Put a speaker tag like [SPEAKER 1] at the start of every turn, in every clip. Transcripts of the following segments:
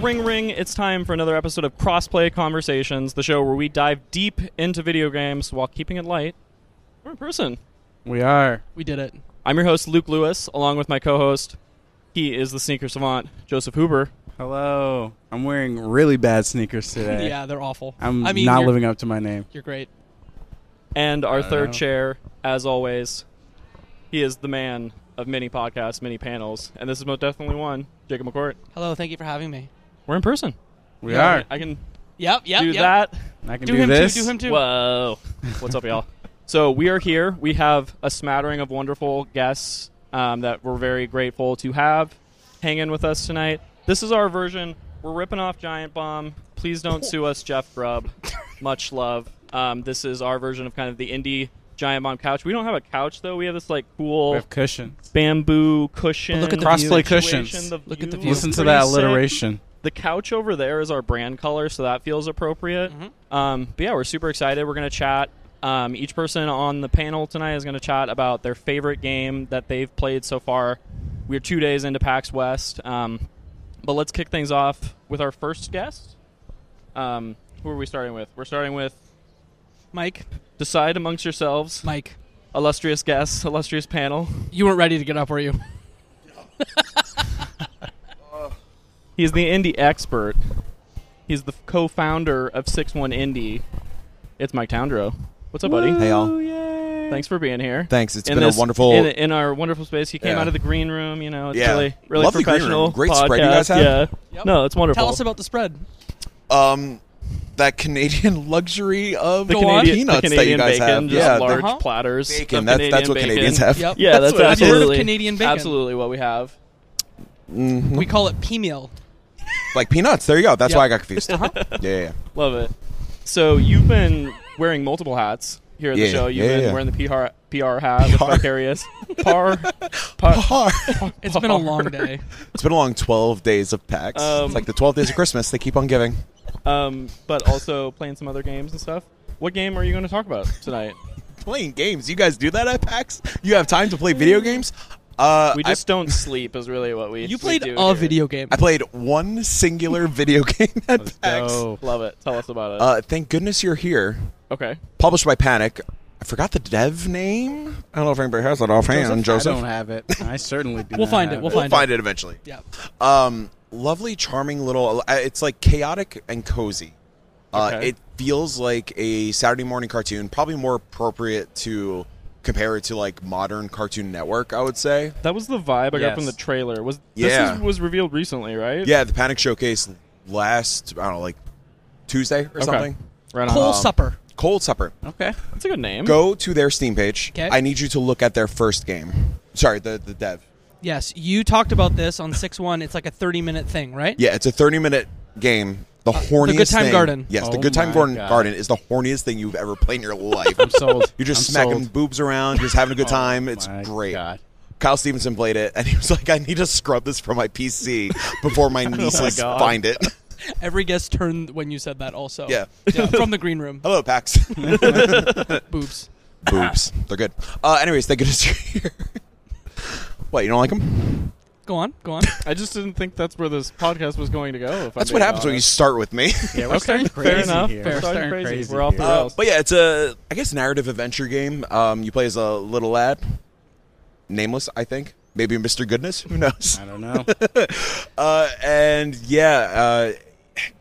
[SPEAKER 1] Ring Ring. It's time for another episode of Crossplay Conversations, the show where we dive deep into video games while keeping it light. We're in person.
[SPEAKER 2] We are.
[SPEAKER 3] We did it.
[SPEAKER 1] I'm your host, Luke Lewis, along with my co host. He is the sneaker savant, Joseph Huber.
[SPEAKER 2] Hello. Oh, I'm wearing really bad sneakers today.
[SPEAKER 3] Yeah, they're awful.
[SPEAKER 2] I'm
[SPEAKER 3] I mean,
[SPEAKER 2] not
[SPEAKER 3] you're,
[SPEAKER 2] living up to my name.
[SPEAKER 3] You're great.
[SPEAKER 1] And our third
[SPEAKER 2] know.
[SPEAKER 1] chair, as always, he is the man of many podcasts, many panels, and this is most definitely one, Jacob McCourt.
[SPEAKER 3] Hello, thank you for having me.
[SPEAKER 1] We're in person.
[SPEAKER 2] We
[SPEAKER 3] Yeah,
[SPEAKER 2] are.
[SPEAKER 1] I can
[SPEAKER 3] Yep, yep,
[SPEAKER 1] do
[SPEAKER 3] yep.
[SPEAKER 1] that.
[SPEAKER 2] I can
[SPEAKER 3] Do
[SPEAKER 2] do,
[SPEAKER 3] him
[SPEAKER 2] this.
[SPEAKER 3] too. Do him too.
[SPEAKER 1] Whoa. What's up, y'all? So we are here. We have a smattering of wonderful guests um, that we're very grateful to have hanging with us tonight. This is our version. We're ripping off Giant Bomb. Please don't sue us, Jeff Grubb. Much love. Um, this is our version of kind of the indie Giant Bomb couch. We don't have a couch though. We have this like cool
[SPEAKER 2] We have cushions.
[SPEAKER 1] bamboo cushion.
[SPEAKER 3] But look at the view.
[SPEAKER 2] Crossplay
[SPEAKER 1] situation.
[SPEAKER 2] cushions.
[SPEAKER 1] The
[SPEAKER 3] Look at the
[SPEAKER 1] view
[SPEAKER 3] view.
[SPEAKER 1] is
[SPEAKER 2] Listen to
[SPEAKER 1] pretty
[SPEAKER 2] that
[SPEAKER 1] sick.
[SPEAKER 2] alliteration.
[SPEAKER 1] The couch over there is our brand color, so that feels appropriate. Um, but yeah, we're super excited. We're going to chat. Um, each person on the panel tonight is going to chat about their favorite game that they've played so far. We're two days into PAX West. Um, but let's kick things off with our first guest. Um, who are we starting with? We're starting with
[SPEAKER 3] Mike,
[SPEAKER 1] decide amongst yourselves,
[SPEAKER 3] Mike,
[SPEAKER 1] illustrious guests, illustrious panel.
[SPEAKER 3] you weren't ready to get up, were you?
[SPEAKER 1] He's the indie expert. He's the co-founder of Six One Indie. It's Mike Toundrow. What's up, buddy?
[SPEAKER 4] Hey, y'all.
[SPEAKER 1] Thanks for being here.
[SPEAKER 4] Thanks. It's
[SPEAKER 1] In
[SPEAKER 4] been
[SPEAKER 1] this-
[SPEAKER 4] a wonderful.
[SPEAKER 1] in, in our wonderful space. He came
[SPEAKER 4] Yeah.
[SPEAKER 1] out of the green room. You know, it's
[SPEAKER 4] Yeah.
[SPEAKER 1] really really
[SPEAKER 4] Lovely green room.
[SPEAKER 1] professional.
[SPEAKER 4] Great
[SPEAKER 1] podcast.
[SPEAKER 4] spread you guys have.
[SPEAKER 1] Yeah.
[SPEAKER 3] Yep.
[SPEAKER 1] No, it's wonderful.
[SPEAKER 3] Tell us about the spread.
[SPEAKER 4] um, that Canadian luxury of
[SPEAKER 1] the
[SPEAKER 3] Go on.
[SPEAKER 1] Canadian,
[SPEAKER 4] peanuts
[SPEAKER 1] the Canadian
[SPEAKER 4] that you guys
[SPEAKER 1] bacon,
[SPEAKER 4] have.
[SPEAKER 1] just
[SPEAKER 4] yeah,
[SPEAKER 1] large
[SPEAKER 3] Uh-huh.
[SPEAKER 1] platters.
[SPEAKER 4] the
[SPEAKER 1] of
[SPEAKER 4] bacon. That's, that's what
[SPEAKER 1] bacon.
[SPEAKER 4] Canadians have.
[SPEAKER 3] Yep.
[SPEAKER 1] Yeah, that's,
[SPEAKER 3] That's what- I've heard of
[SPEAKER 1] absolutely
[SPEAKER 3] Canadian bacon.
[SPEAKER 1] Absolutely what we have.
[SPEAKER 4] Mhm.
[SPEAKER 3] We call it pea meal.
[SPEAKER 4] like peanuts. There you go. That's
[SPEAKER 3] Yep.
[SPEAKER 4] why I got confused.
[SPEAKER 1] Uh-huh.
[SPEAKER 4] Uh-huh. Yeah, yeah, yeah.
[SPEAKER 1] Love it. So you've been wearing multiple hats here at the
[SPEAKER 4] Yeah,
[SPEAKER 1] show. You've
[SPEAKER 4] yeah,
[SPEAKER 1] been
[SPEAKER 4] yeah.
[SPEAKER 1] wearing the PR PR hat with
[SPEAKER 4] PR.
[SPEAKER 1] Vicarious. Par, par,
[SPEAKER 4] Har.
[SPEAKER 3] It's been a long day.
[SPEAKER 4] it's been a long 12 days of PAX.
[SPEAKER 1] Um,
[SPEAKER 4] it's like the 12 days of Christmas. They keep on giving.
[SPEAKER 1] um, but also playing some other games and stuff. What game are you going to talk about tonight?
[SPEAKER 4] Playing games. You guys do that at PAX? You have time to play video games? Uh,
[SPEAKER 1] Mm-hmm. We just don't sleep is really what we
[SPEAKER 3] You
[SPEAKER 1] we
[SPEAKER 3] played a
[SPEAKER 1] do here.
[SPEAKER 3] video game.
[SPEAKER 4] I, I played one singular video game at PAX.
[SPEAKER 2] Go.
[SPEAKER 1] Love it. Tell us about it.
[SPEAKER 4] Uh, thank goodness you're here.
[SPEAKER 1] okay.
[SPEAKER 4] Published by Panic. I forgot the dev name. I don't know if anybody has that offhand. Joseph,
[SPEAKER 2] I don't have it. I certainly do.
[SPEAKER 3] We'll
[SPEAKER 2] not
[SPEAKER 3] find it.
[SPEAKER 2] have
[SPEAKER 3] We'll
[SPEAKER 4] We'll
[SPEAKER 3] find
[SPEAKER 4] find it eventually.
[SPEAKER 3] yeah.
[SPEAKER 4] Um, lovely, charming little. uh, It's like chaotic and cozy. Uh,
[SPEAKER 1] Okay.
[SPEAKER 4] It feels like a Saturday morning cartoon. Probably more appropriate to compare it to like modern Cartoon Network. I would say.
[SPEAKER 1] That was the vibe I got from the
[SPEAKER 2] Yes.
[SPEAKER 1] trailer. Was
[SPEAKER 4] Yeah.
[SPEAKER 1] this is, was revealed recently, right?
[SPEAKER 4] Yeah, the Panic Showcase last. I don't know, like Tuesday or
[SPEAKER 1] Okay.
[SPEAKER 4] something.
[SPEAKER 1] Right on.
[SPEAKER 3] Cool
[SPEAKER 4] Um,
[SPEAKER 3] supper.
[SPEAKER 4] Cold Supper.
[SPEAKER 2] Okay.
[SPEAKER 1] That's a good name.
[SPEAKER 4] Go to their Steam page.
[SPEAKER 3] 'Kay.
[SPEAKER 4] I need you to look at their first game. Sorry, the the dev.
[SPEAKER 3] Yes, you talked about this on six one. It's like a thirty minute thing, right?
[SPEAKER 4] Yeah, it's a 30 minute game. The horniest
[SPEAKER 3] Good Time
[SPEAKER 4] thing-
[SPEAKER 3] Garden.
[SPEAKER 4] Yes, the
[SPEAKER 2] Oh
[SPEAKER 4] Good Time
[SPEAKER 2] my
[SPEAKER 4] Garden,
[SPEAKER 2] God.
[SPEAKER 4] Garden is the horniest thing you've ever played in your life.
[SPEAKER 2] I'm sold.
[SPEAKER 4] You're just
[SPEAKER 2] I'm
[SPEAKER 4] smacking
[SPEAKER 2] sold.
[SPEAKER 4] boobs around, just having a good time. It's
[SPEAKER 2] Oh my
[SPEAKER 4] great.
[SPEAKER 2] God.
[SPEAKER 4] Kyle Stevenson played it, and he was like, "I need to scrub this from my PC before
[SPEAKER 2] Oh
[SPEAKER 4] my nieces
[SPEAKER 1] God.
[SPEAKER 4] find it."
[SPEAKER 3] Every guest turned when you said that. Also,
[SPEAKER 4] Yeah.
[SPEAKER 3] from the green room.
[SPEAKER 4] Hello, Pax.
[SPEAKER 3] Boobs.
[SPEAKER 4] boobs, they're good. Uh, anyways, thank goodness you're here. what you don't like them?
[SPEAKER 3] Go on. Go on.
[SPEAKER 1] I just didn't think that's where this podcast was going to go. If
[SPEAKER 4] That's
[SPEAKER 1] I'm
[SPEAKER 4] what
[SPEAKER 1] being
[SPEAKER 4] happens when you
[SPEAKER 1] honest.
[SPEAKER 4] start with me.
[SPEAKER 2] Yeah, we're
[SPEAKER 1] Okay,
[SPEAKER 2] starting
[SPEAKER 1] fair
[SPEAKER 2] crazy
[SPEAKER 1] enough.
[SPEAKER 2] here.
[SPEAKER 3] Fair.
[SPEAKER 2] We're starting
[SPEAKER 1] Starting
[SPEAKER 2] crazy.
[SPEAKER 1] crazy. We're off the
[SPEAKER 2] here.
[SPEAKER 1] rails.
[SPEAKER 4] Uh, but yeah, it's a I guess narrative adventure game. Um, you play as a little lad, nameless, I think. Maybe Mr. Goodness, who knows?
[SPEAKER 2] I don't know.
[SPEAKER 4] Uh, and yeah, uh,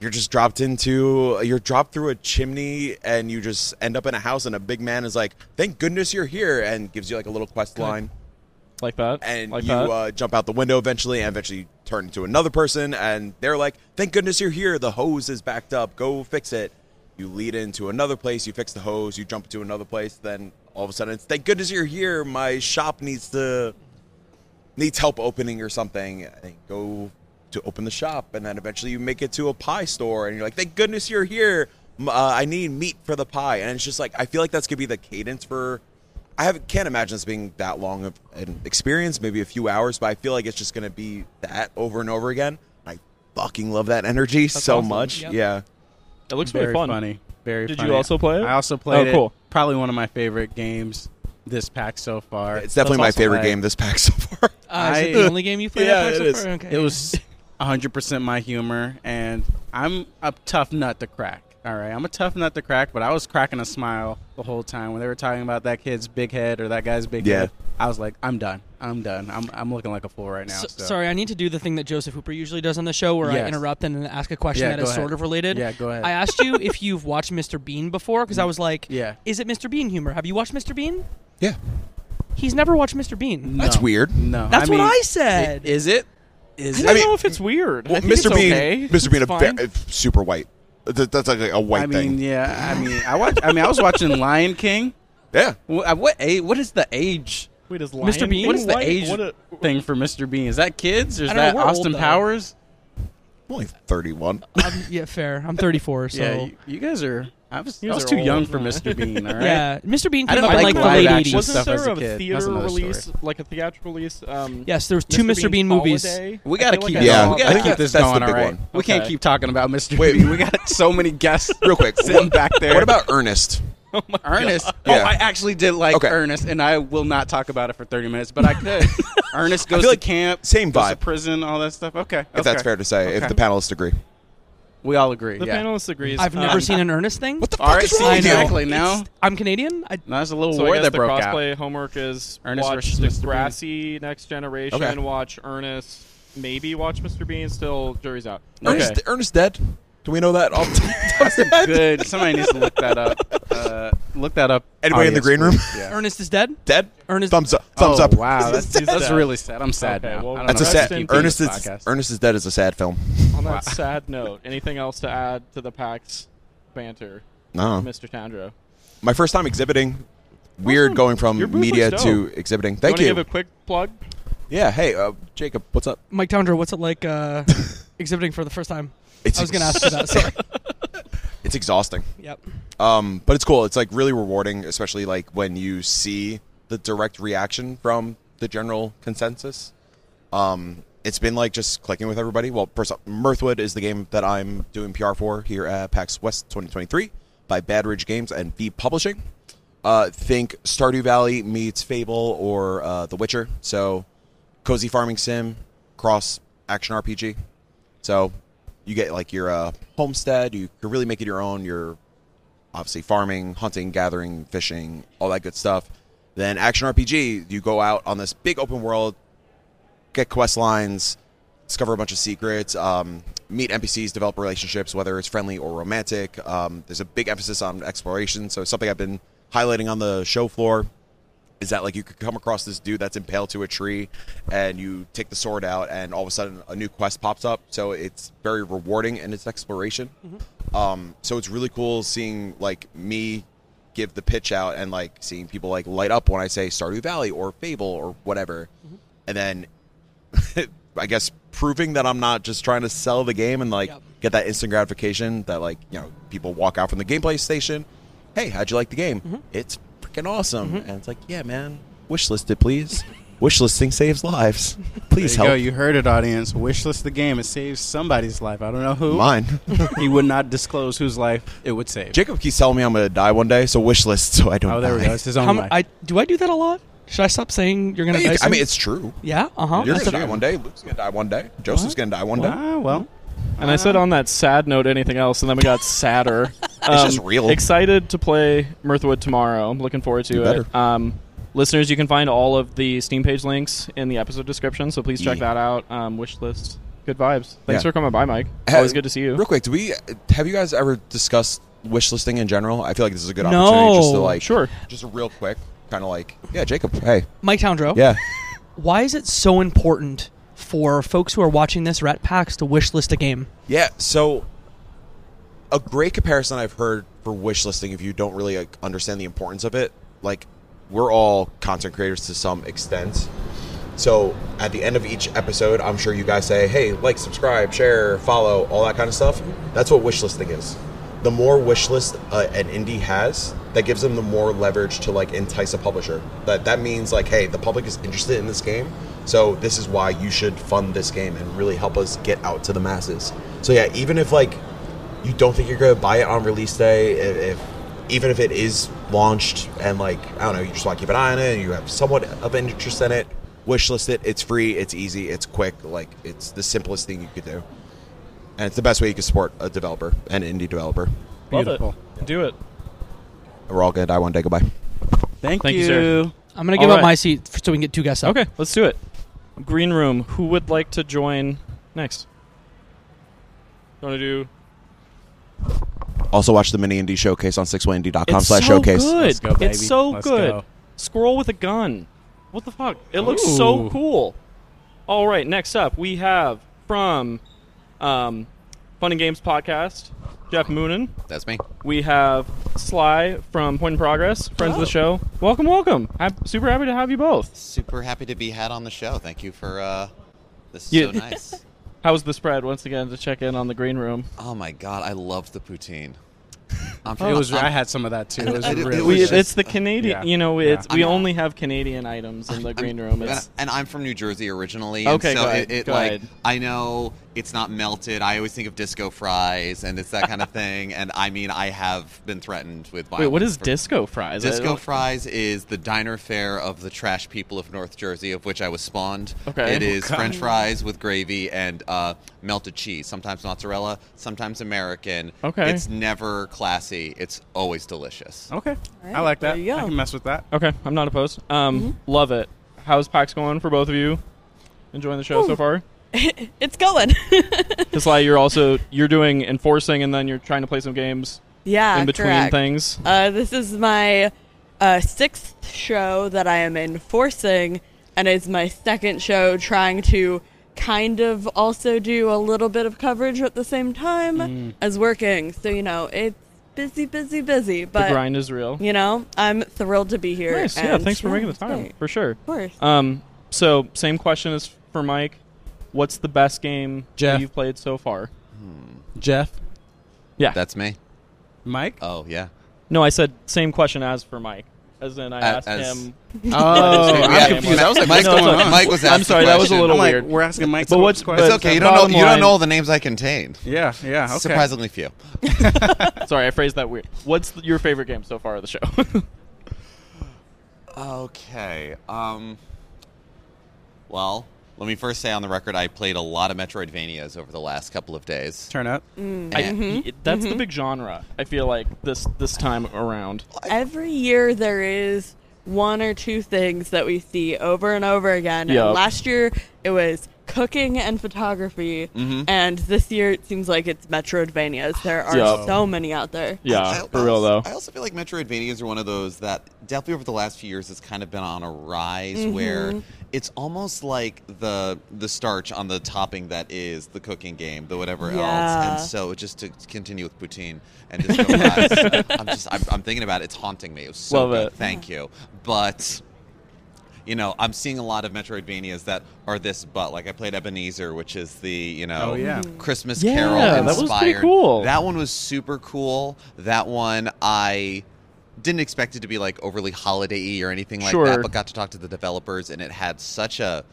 [SPEAKER 4] you're just dropped into you're dropped through a chimney, and you just end up in a house, and a big man is like, "Thank goodness you're here," and gives you like a little quest line,
[SPEAKER 1] like that,
[SPEAKER 4] and
[SPEAKER 1] like
[SPEAKER 4] you
[SPEAKER 1] that.
[SPEAKER 4] uh, jump out the window eventually, and eventually turn into another person, and they're like, "Thank goodness you're here. The hose is backed up. Go fix it." You lead into another place, you fix the hose, you jump into another place, then all of a sudden, it's, "Thank goodness you're here. My shop needs to." needs help opening or something, and go to open the shop, and then eventually you make it to a pie store, and you're like, "Thank goodness you're here! M- Uh, I need meat for the pie." And it's just like I feel like that's gonna be the cadence for. I have, can't imagine this being that long of an experience, maybe a few hours, but I feel like it's just gonna be that over and over again. I fucking love that energy so
[SPEAKER 1] awesome.
[SPEAKER 4] much.
[SPEAKER 3] Yep.
[SPEAKER 4] Yeah,
[SPEAKER 1] it looks
[SPEAKER 2] Very
[SPEAKER 1] really fun.
[SPEAKER 2] funny. Very
[SPEAKER 1] Did you
[SPEAKER 2] funny.
[SPEAKER 1] also play it?
[SPEAKER 2] I also played
[SPEAKER 1] Oh, cool.
[SPEAKER 2] it. Probably one of my favorite games this pack so far.
[SPEAKER 4] it's definitely
[SPEAKER 2] That's
[SPEAKER 4] my
[SPEAKER 2] also
[SPEAKER 4] favorite
[SPEAKER 2] why
[SPEAKER 4] game this pack so far.
[SPEAKER 3] Uh, is
[SPEAKER 2] I-
[SPEAKER 3] it the only game you played?
[SPEAKER 4] Yeah,
[SPEAKER 3] at PAX
[SPEAKER 4] it
[SPEAKER 3] so
[SPEAKER 4] is.
[SPEAKER 3] far? Okay.
[SPEAKER 2] It was 100% my humor, and I'm a tough nut to crack. All right, I'm a tough nut to crack, but I was cracking a smile the whole time when they were talking about that kid's big head or that guy's big
[SPEAKER 4] Yeah.
[SPEAKER 2] head. I was like, I'm done. I'm done. I'm, I'm looking like a fool right now.
[SPEAKER 3] So-
[SPEAKER 2] so.
[SPEAKER 3] Sorry, I need to do the thing that Joseph Hooper usually does on the show, where I
[SPEAKER 2] Yes.
[SPEAKER 3] interrupt and then ask a question
[SPEAKER 2] Yeah,
[SPEAKER 3] that
[SPEAKER 2] go
[SPEAKER 3] is
[SPEAKER 2] ahead.
[SPEAKER 3] sort of related.
[SPEAKER 2] Yeah, go ahead.
[SPEAKER 3] I asked you if you've watched Mr. Bean before because I was like,
[SPEAKER 2] Yeah.
[SPEAKER 3] is it Mr. Bean humor? Have you watched Mr. Bean?
[SPEAKER 4] Yeah.
[SPEAKER 3] He's never watched Mr. Bean.
[SPEAKER 4] That's
[SPEAKER 2] No.
[SPEAKER 4] weird.
[SPEAKER 2] No,
[SPEAKER 3] That's
[SPEAKER 2] I mean,
[SPEAKER 3] what I
[SPEAKER 2] i-
[SPEAKER 3] said.
[SPEAKER 2] Is it? Is
[SPEAKER 1] I
[SPEAKER 2] it?
[SPEAKER 1] don't
[SPEAKER 4] I mean-
[SPEAKER 1] know if it's weird. I
[SPEAKER 4] Well,
[SPEAKER 1] think it's
[SPEAKER 4] Mr. Bean,
[SPEAKER 1] okay.
[SPEAKER 4] Mr. Bean, a
[SPEAKER 1] It's fine.
[SPEAKER 4] ve- super white. Th- That's like a white
[SPEAKER 2] I
[SPEAKER 4] thing.
[SPEAKER 2] mean, yeah. I mean, I watch. I mean, I was watching Lion King.
[SPEAKER 4] yeah.
[SPEAKER 2] Wh- at What age? What is the age?
[SPEAKER 1] Wait, is
[SPEAKER 3] Mr. Bean?
[SPEAKER 1] Lion King
[SPEAKER 2] What is the
[SPEAKER 1] white?
[SPEAKER 2] age
[SPEAKER 1] What a-
[SPEAKER 2] thing for Mr. Bean? Is that kids or is
[SPEAKER 3] I don't know,
[SPEAKER 2] that
[SPEAKER 3] we're old,
[SPEAKER 2] Austin
[SPEAKER 3] though.
[SPEAKER 2] Powers?
[SPEAKER 4] I'm only 31.
[SPEAKER 3] I'm- Um, yeah, fair. I'm 34, so
[SPEAKER 2] yeah, you, you guys are. I was, I
[SPEAKER 1] Yous
[SPEAKER 2] was
[SPEAKER 1] are
[SPEAKER 2] too
[SPEAKER 1] old,
[SPEAKER 2] young for
[SPEAKER 1] man.
[SPEAKER 2] Mr. Bean. All right.
[SPEAKER 3] yeah. Mr. Bean
[SPEAKER 2] I
[SPEAKER 3] came
[SPEAKER 2] don't
[SPEAKER 3] up in like
[SPEAKER 2] like
[SPEAKER 3] the
[SPEAKER 2] live
[SPEAKER 3] late
[SPEAKER 2] action
[SPEAKER 3] 80s.
[SPEAKER 2] stuff.
[SPEAKER 1] Wasn't
[SPEAKER 2] as
[SPEAKER 1] there
[SPEAKER 2] a
[SPEAKER 1] a
[SPEAKER 2] kid. That's
[SPEAKER 1] theater
[SPEAKER 2] another story.
[SPEAKER 1] release, like a theatrical release? Um,
[SPEAKER 3] Yes, there was two Mr. Bean movies.
[SPEAKER 1] Holiday?
[SPEAKER 2] We
[SPEAKER 1] I
[SPEAKER 2] gotta
[SPEAKER 1] feel
[SPEAKER 2] keep.
[SPEAKER 1] like I
[SPEAKER 4] Yeah,
[SPEAKER 1] saw
[SPEAKER 2] we gotta
[SPEAKER 1] that.
[SPEAKER 4] think
[SPEAKER 2] keep
[SPEAKER 4] that's-
[SPEAKER 2] this
[SPEAKER 4] that's
[SPEAKER 2] going.
[SPEAKER 4] the
[SPEAKER 2] All
[SPEAKER 4] big
[SPEAKER 2] right.
[SPEAKER 4] one.
[SPEAKER 2] We can't
[SPEAKER 1] Okay.
[SPEAKER 2] keep talking about Mr.
[SPEAKER 4] Wait.
[SPEAKER 2] Bean. We got so many guests.
[SPEAKER 4] Real quick.
[SPEAKER 2] sitting
[SPEAKER 4] What,
[SPEAKER 2] back there.
[SPEAKER 4] what about Ernest?
[SPEAKER 2] Ernest.
[SPEAKER 4] Yeah.
[SPEAKER 2] Oh, I actually did like
[SPEAKER 4] Okay.
[SPEAKER 2] Ernest, and I will not talk about it for 30 minutes, but I could. Ernest goes
[SPEAKER 4] feel
[SPEAKER 2] to
[SPEAKER 4] like
[SPEAKER 2] camp,
[SPEAKER 4] same
[SPEAKER 2] goes to
[SPEAKER 4] vibe.
[SPEAKER 2] prison, all that stuff. Okay,
[SPEAKER 4] If that's fair to say, if
[SPEAKER 2] Okay.
[SPEAKER 4] the panelists agree.
[SPEAKER 2] we all agree.
[SPEAKER 1] The
[SPEAKER 2] yeah.
[SPEAKER 1] panelist agrees.
[SPEAKER 3] I've never
[SPEAKER 1] Um,
[SPEAKER 3] seen an Ernest thing.
[SPEAKER 4] What the
[SPEAKER 2] All
[SPEAKER 4] fuck
[SPEAKER 2] right,
[SPEAKER 4] is
[SPEAKER 2] see,
[SPEAKER 4] wrong with you?
[SPEAKER 2] exactly now.
[SPEAKER 3] It's- I'm Canadian. Um, I,
[SPEAKER 2] Now there's a little
[SPEAKER 1] So I
[SPEAKER 2] war
[SPEAKER 1] guess
[SPEAKER 2] that
[SPEAKER 1] the
[SPEAKER 2] broke out.
[SPEAKER 1] crossplay homework is
[SPEAKER 2] Ernest
[SPEAKER 1] watch
[SPEAKER 2] versus Mr. Bean.
[SPEAKER 1] Degrassi, Next Generation,
[SPEAKER 4] Okay.
[SPEAKER 1] watch Ernest, maybe watch Mr. Bean. Still, jury's out.
[SPEAKER 4] Ernest, Ernest dead? Do we know that? off the top of our head?
[SPEAKER 2] Good. Somebody needs to look that up. Uh, look that up.
[SPEAKER 4] Anybody in the
[SPEAKER 2] Audience,
[SPEAKER 4] green room?
[SPEAKER 2] please. Yeah.
[SPEAKER 3] Ernest is dead.
[SPEAKER 4] Dead?
[SPEAKER 3] Ernest-
[SPEAKER 4] Thumbs up. Thumbs
[SPEAKER 2] oh,
[SPEAKER 4] up.
[SPEAKER 2] Wow, that's,
[SPEAKER 1] This is
[SPEAKER 2] that's
[SPEAKER 1] sad.
[SPEAKER 2] really sad. I'm sad
[SPEAKER 1] Okay,
[SPEAKER 2] now.
[SPEAKER 1] well,
[SPEAKER 2] I don't
[SPEAKER 4] That's
[SPEAKER 2] know
[SPEAKER 4] a
[SPEAKER 2] if
[SPEAKER 1] Rest
[SPEAKER 4] sad.
[SPEAKER 2] can
[SPEAKER 1] in
[SPEAKER 2] keep
[SPEAKER 4] Ernest
[SPEAKER 2] this
[SPEAKER 4] is
[SPEAKER 2] podcast.
[SPEAKER 4] Ernest is dead is a sad film.
[SPEAKER 1] On that sad note, anything else to add to the PAX banter,
[SPEAKER 4] No,
[SPEAKER 1] Mr. Tandro?
[SPEAKER 4] my first time exhibiting. Weird
[SPEAKER 1] Awesome.
[SPEAKER 4] going
[SPEAKER 2] Um,
[SPEAKER 4] from
[SPEAKER 1] Your booth
[SPEAKER 4] media
[SPEAKER 1] looks
[SPEAKER 4] to
[SPEAKER 1] dope.
[SPEAKER 4] exhibiting. Thank
[SPEAKER 1] wanna
[SPEAKER 4] you.
[SPEAKER 1] Give a quick plug.
[SPEAKER 4] yeah. Hey, uh, Jacob, what's up?
[SPEAKER 3] Mike Towner, what's it like uh, exhibiting for the first time?
[SPEAKER 4] It's
[SPEAKER 3] I was going to ask you that. Sorry.
[SPEAKER 4] It's exhausting.
[SPEAKER 3] yep.
[SPEAKER 4] Um, but it's cool. It's like really rewarding, especially like when you see the direct reaction from the general consensus. Um, it's been like just clicking with everybody. Well, first up, Mirthwood is the game that I'm doing PR for here at PAX West 2023 by Bad Ridge Games and V Publishing. Uh, think Stardew Valley meets Fable or uh, The Witcher. So, cozy farming sim, cross action RPG. So, you get like your uh, homestead. You can really make it your own. Your obviously farming, hunting, gathering, fishing, all that good stuff. Then action RPG, you go out on this big open world, get quest lines, discover a bunch of secrets, um, meet NPCs, develop relationships, whether it's friendly or romantic. Um, there's a big emphasis on exploration, so something I've been highlighting on the show floor is that like you could come across this dude that's impaled to a tree and you take the sword out and all of a sudden a new quest pops up so it's very rewarding in its exploration um, so it's really cool seeing like me give the pitch out and like seeing people like light up when i say stardew valley or fable or whatever
[SPEAKER 2] Mm-hmm.
[SPEAKER 4] and then i guess proving that i'm not just trying to sell the game and like
[SPEAKER 3] Yep.
[SPEAKER 4] get that instant gratification that like you know people walk out from the gameplay station hey how'd you like the game
[SPEAKER 2] Mm-hmm.
[SPEAKER 4] it's freaking awesome and it's like yeah man wish listed please wish listing saves lives please
[SPEAKER 2] There you go.
[SPEAKER 4] help
[SPEAKER 2] You heard it, audience. Wishlist the game. It saves somebody's life. I don't know who.
[SPEAKER 4] mine
[SPEAKER 2] he would not disclose whose life it would save.
[SPEAKER 4] jacob keeps telling me i'm gonna die one day so wish list so i don't
[SPEAKER 2] oh, there we
[SPEAKER 4] die.
[SPEAKER 2] go. It's his own
[SPEAKER 3] How, m-
[SPEAKER 2] life.
[SPEAKER 3] I, do I do that a lot? Should I stop saying you're going to
[SPEAKER 4] Yeah,
[SPEAKER 3] die
[SPEAKER 4] you- i
[SPEAKER 3] soon?
[SPEAKER 4] mean it's true
[SPEAKER 3] yeah, uh-huh.
[SPEAKER 4] You're
[SPEAKER 3] That's
[SPEAKER 4] gonna
[SPEAKER 3] what
[SPEAKER 4] die
[SPEAKER 3] I-
[SPEAKER 4] one day. Luke's gonna die one day. Joseph's gonna die one day.
[SPEAKER 2] ah, well,
[SPEAKER 1] And I
[SPEAKER 4] Uh-huh.
[SPEAKER 1] said on that sad note, anything else, and then we got sadder. Um,
[SPEAKER 4] just real.
[SPEAKER 1] Excited to play Mirthwood tomorrow. I'm looking forward to
[SPEAKER 4] You
[SPEAKER 1] it.
[SPEAKER 4] better.
[SPEAKER 1] Um, listeners, you can find all of the Steam page links in the episode description, so please check
[SPEAKER 4] Yeah.
[SPEAKER 1] that out. Um, wish list. Good vibes. Thanks
[SPEAKER 4] Yeah.
[SPEAKER 1] for coming by, Mike.
[SPEAKER 4] Hey,
[SPEAKER 1] Always good to see you.
[SPEAKER 4] Real quick, do we have you guys ever discussed wish listing in general? I feel like this is a good
[SPEAKER 3] No.
[SPEAKER 4] opportunity just to like
[SPEAKER 1] Sure.
[SPEAKER 4] just a real quick kind of like yeah, Jacob. Hey,
[SPEAKER 3] Mike Towndrow,
[SPEAKER 4] yeah,
[SPEAKER 3] why is it so important for folks who are watching this Rat Packs to wish list a game?
[SPEAKER 4] yeah. So a great comparison I've heard for wish listing, if you don't really like, understand the importance of it, like we're all content creators to some extent. So at the end of each episode, I'm sure you guys say, hey, like, subscribe, share, follow, all that kind of stuff. That's what wish listing is. The more wish list uh, an indie has, that gives them the more leverage to like entice a publisher. That that means like, hey, the public is interested in this game, so this is why you should fund this game and really help us get out to the masses. So yeah, even if like you don't think you're gonna buy it on release day, if, if even if it is launched and like I don't know, you just want to keep an eye on it, and you have somewhat of an interest in it, Wish list it. It's free. It's easy. It's quick. Like it's the simplest thing you could do, and it's the best way you can support a developer, an indie developer.
[SPEAKER 1] Love
[SPEAKER 2] Beautiful.
[SPEAKER 1] it. Do it.
[SPEAKER 4] We're all gonna die one day. Goodbye.
[SPEAKER 2] Thank,
[SPEAKER 1] Thank you,
[SPEAKER 2] you.
[SPEAKER 1] sir.
[SPEAKER 3] I'm gonna give
[SPEAKER 1] All
[SPEAKER 3] up
[SPEAKER 1] right.
[SPEAKER 3] my seat f- so we can get two guests up.
[SPEAKER 1] Okay, let's do it. Green room. Who would like to join next? You want to do?
[SPEAKER 4] Also watch the mini indie showcase on sixwayindy.com
[SPEAKER 1] It's
[SPEAKER 4] slash
[SPEAKER 1] so
[SPEAKER 4] showcase.
[SPEAKER 1] good.
[SPEAKER 2] Let's go, baby.
[SPEAKER 1] It's so
[SPEAKER 2] Let's
[SPEAKER 1] good.
[SPEAKER 2] go.
[SPEAKER 1] Squirrel with a gun. What the fuck? It looks so
[SPEAKER 2] Ooh.
[SPEAKER 1] cool. All right, next up we have from um, Fun and Games podcast, Jeff Moonen.
[SPEAKER 5] That's me.
[SPEAKER 1] We have Sly from Point in Progress, friends of
[SPEAKER 2] Oh.
[SPEAKER 1] the show. Welcome, welcome. I'm super happy to have you both.
[SPEAKER 5] Super happy to be had on the show. Thank you for uh, this is
[SPEAKER 1] You-
[SPEAKER 5] so nice.
[SPEAKER 1] How's the spread once again to check in on the green room?
[SPEAKER 5] oh my god, I love the poutine. I'm
[SPEAKER 1] Oh,
[SPEAKER 2] It was.
[SPEAKER 5] I'm-
[SPEAKER 2] I had some of that too. It was
[SPEAKER 5] I did-
[SPEAKER 2] really.
[SPEAKER 5] it was
[SPEAKER 1] We,
[SPEAKER 5] just-
[SPEAKER 1] it's the
[SPEAKER 2] yeah,
[SPEAKER 1] Canadian, you know.
[SPEAKER 2] yeah.
[SPEAKER 1] It's we
[SPEAKER 5] I'm-
[SPEAKER 1] only have Canadian items in the green room.
[SPEAKER 5] And,
[SPEAKER 1] It's,
[SPEAKER 5] and I'm from New Jersey originally.
[SPEAKER 1] Okay,
[SPEAKER 5] and so
[SPEAKER 1] go
[SPEAKER 5] it,
[SPEAKER 1] ahead,
[SPEAKER 5] it
[SPEAKER 1] go
[SPEAKER 5] like
[SPEAKER 1] ahead.
[SPEAKER 5] I know it's not melted. I always think of disco fries and it's that kind of thing. And I mean, I have been threatened with
[SPEAKER 1] wait,
[SPEAKER 5] violence.
[SPEAKER 1] what is
[SPEAKER 5] for-
[SPEAKER 1] disco fries? I
[SPEAKER 5] Disco
[SPEAKER 1] don't-
[SPEAKER 5] Fries is the diner fare of the trash people of North Jersey, of which I was spawned.
[SPEAKER 1] Okay.
[SPEAKER 5] It
[SPEAKER 1] Oh,
[SPEAKER 5] is French fries with gravy and uh, melted cheese, sometimes mozzarella, sometimes American.
[SPEAKER 1] Okay.
[SPEAKER 5] It's never classy. It's always delicious.
[SPEAKER 2] Okay.
[SPEAKER 6] All
[SPEAKER 2] I
[SPEAKER 6] right,
[SPEAKER 2] like
[SPEAKER 6] there
[SPEAKER 2] that.
[SPEAKER 6] you go. Mm-hmm.
[SPEAKER 2] I can mess with that.
[SPEAKER 1] Okay, I'm not opposed. Um, love it. How's PAX going for both of you? Enjoying the show so far?
[SPEAKER 6] It's going.
[SPEAKER 1] Because like you're also you're doing enforcing, and then you're trying to play some games
[SPEAKER 6] yeah.
[SPEAKER 1] in between
[SPEAKER 6] correct.
[SPEAKER 1] things.
[SPEAKER 6] Uh, this is my uh, sixth show that I am enforcing, and it's my second show trying to kind of also do a little bit of coverage at the same time
[SPEAKER 1] Mm.
[SPEAKER 6] as working. So, you know, it's busy, busy, busy.
[SPEAKER 1] The
[SPEAKER 6] But,
[SPEAKER 1] grind is real.
[SPEAKER 6] you know, I'm thrilled to be here.
[SPEAKER 1] Nice. Yeah.
[SPEAKER 6] and-
[SPEAKER 1] Thanks for making the
[SPEAKER 6] it's
[SPEAKER 1] time
[SPEAKER 6] great.
[SPEAKER 1] for sure.
[SPEAKER 6] Of course.
[SPEAKER 1] Um. So same question is for Mike. What's the best game
[SPEAKER 2] Jeff.
[SPEAKER 1] that you've played so far?
[SPEAKER 5] Hmm.
[SPEAKER 2] Jeff,
[SPEAKER 1] Yeah.
[SPEAKER 5] That's me.
[SPEAKER 2] Mike.
[SPEAKER 5] Oh, yeah.
[SPEAKER 1] no, I said same question as for Mike. As in, I
[SPEAKER 5] A-
[SPEAKER 1] asked
[SPEAKER 5] as-
[SPEAKER 1] him.
[SPEAKER 2] Oh,
[SPEAKER 1] Yeah,
[SPEAKER 2] I'm
[SPEAKER 1] yeah,
[SPEAKER 2] confused. I was like,
[SPEAKER 5] Mike,
[SPEAKER 2] what's going on?
[SPEAKER 5] Mike was
[SPEAKER 1] I'm
[SPEAKER 5] asked
[SPEAKER 1] sorry,
[SPEAKER 5] the
[SPEAKER 1] that was a
[SPEAKER 5] question.
[SPEAKER 1] little
[SPEAKER 2] I'm like,
[SPEAKER 1] weird.
[SPEAKER 2] we're asking Mike.
[SPEAKER 1] But
[SPEAKER 2] some
[SPEAKER 1] what's-
[SPEAKER 2] questions.
[SPEAKER 5] It's
[SPEAKER 1] but-
[SPEAKER 5] okay. You
[SPEAKER 1] the
[SPEAKER 5] don't know.
[SPEAKER 1] bottom
[SPEAKER 5] You don't know
[SPEAKER 1] line-
[SPEAKER 5] all the names I contained.
[SPEAKER 2] Yeah, yeah. Okay.
[SPEAKER 5] Surprisingly few.
[SPEAKER 1] Sorry, I phrased that weird. What's th- your favorite game so far of the show?
[SPEAKER 5] Okay. Um. Well, let me first say on the record, I played a lot of Metroidvanias over the last couple of days.
[SPEAKER 2] Turn up.
[SPEAKER 1] I-
[SPEAKER 5] And- Mm-hmm.
[SPEAKER 1] y- that's the big genre. I feel like this this time around.
[SPEAKER 6] Every year there is one or two things that we see over and over again. And
[SPEAKER 1] Yep.
[SPEAKER 6] last year it was cooking and photography,
[SPEAKER 1] Mm-hmm.
[SPEAKER 6] and this year it seems like it's Metroidvanias. There are
[SPEAKER 1] Yep.
[SPEAKER 6] so many out there.
[SPEAKER 1] Yeah,
[SPEAKER 5] I-
[SPEAKER 1] for real
[SPEAKER 5] also-
[SPEAKER 1] though.
[SPEAKER 5] I also feel like Metroidvanias are one of those that definitely over the last few years has kind of been on a rise
[SPEAKER 6] Mm-hmm.
[SPEAKER 5] where it's almost like the the starch on the topping that is the cooking game, the whatever
[SPEAKER 6] Yeah.
[SPEAKER 5] else. And so just to continue with poutine and just go nuts, I'm just I'm, I'm thinking about it. It's haunting me. It was so
[SPEAKER 1] Love
[SPEAKER 5] good.
[SPEAKER 1] it.
[SPEAKER 5] Thank you. But you know, I'm seeing a lot of Metroidvanias that are this but like I played Ebenezer, which is the, you know,
[SPEAKER 2] Oh, yeah.
[SPEAKER 6] Mm-hmm.
[SPEAKER 5] Christmas
[SPEAKER 1] Yeah,
[SPEAKER 5] Carol
[SPEAKER 1] that was
[SPEAKER 5] inspired.
[SPEAKER 1] pretty cool.
[SPEAKER 5] That one was super cool. That one I didn't expect it to be like overly holiday-y or anything like
[SPEAKER 1] Sure.
[SPEAKER 5] that, but got to talk to the developers and it had such a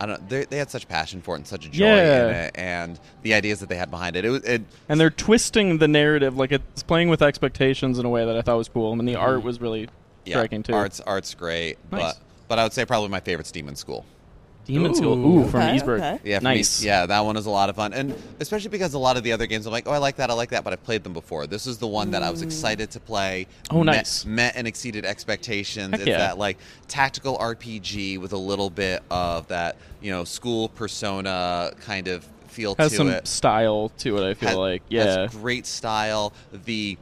[SPEAKER 5] I don't they, they had such passion for it and such a joy
[SPEAKER 1] Yeah.
[SPEAKER 5] in it and the ideas that they had behind it. It was it
[SPEAKER 1] And they're twisting the narrative, like it's playing with expectations in a way that I thought was cool. I mean, the art was really
[SPEAKER 5] Mm-hmm. yeah,
[SPEAKER 1] striking too.
[SPEAKER 5] Art's art's great,
[SPEAKER 1] Nice.
[SPEAKER 5] but but I would say probably my favorite's Demon School.
[SPEAKER 1] Demon
[SPEAKER 2] Ooh.
[SPEAKER 1] School, ooh, from
[SPEAKER 6] Okay,
[SPEAKER 1] Eastburg.
[SPEAKER 6] okay.
[SPEAKER 5] Yeah, for me,
[SPEAKER 1] nice.
[SPEAKER 5] yeah, that one is a lot of fun, and especially because a lot of the other games, I'm like, oh, I like that, I like that, but I played them before. This is the one that I was excited to play.
[SPEAKER 1] Oh,
[SPEAKER 5] met-
[SPEAKER 1] nice.
[SPEAKER 5] Met and exceeded expectations.
[SPEAKER 1] Heck
[SPEAKER 5] it's
[SPEAKER 1] yeah.
[SPEAKER 5] that like tactical RPG with a little bit of that, you know, school persona kind of feel
[SPEAKER 1] Has
[SPEAKER 5] to
[SPEAKER 1] some
[SPEAKER 5] it.
[SPEAKER 1] style to it. I feel
[SPEAKER 5] Has-
[SPEAKER 1] like,
[SPEAKER 5] has
[SPEAKER 1] yeah,
[SPEAKER 5] great style. The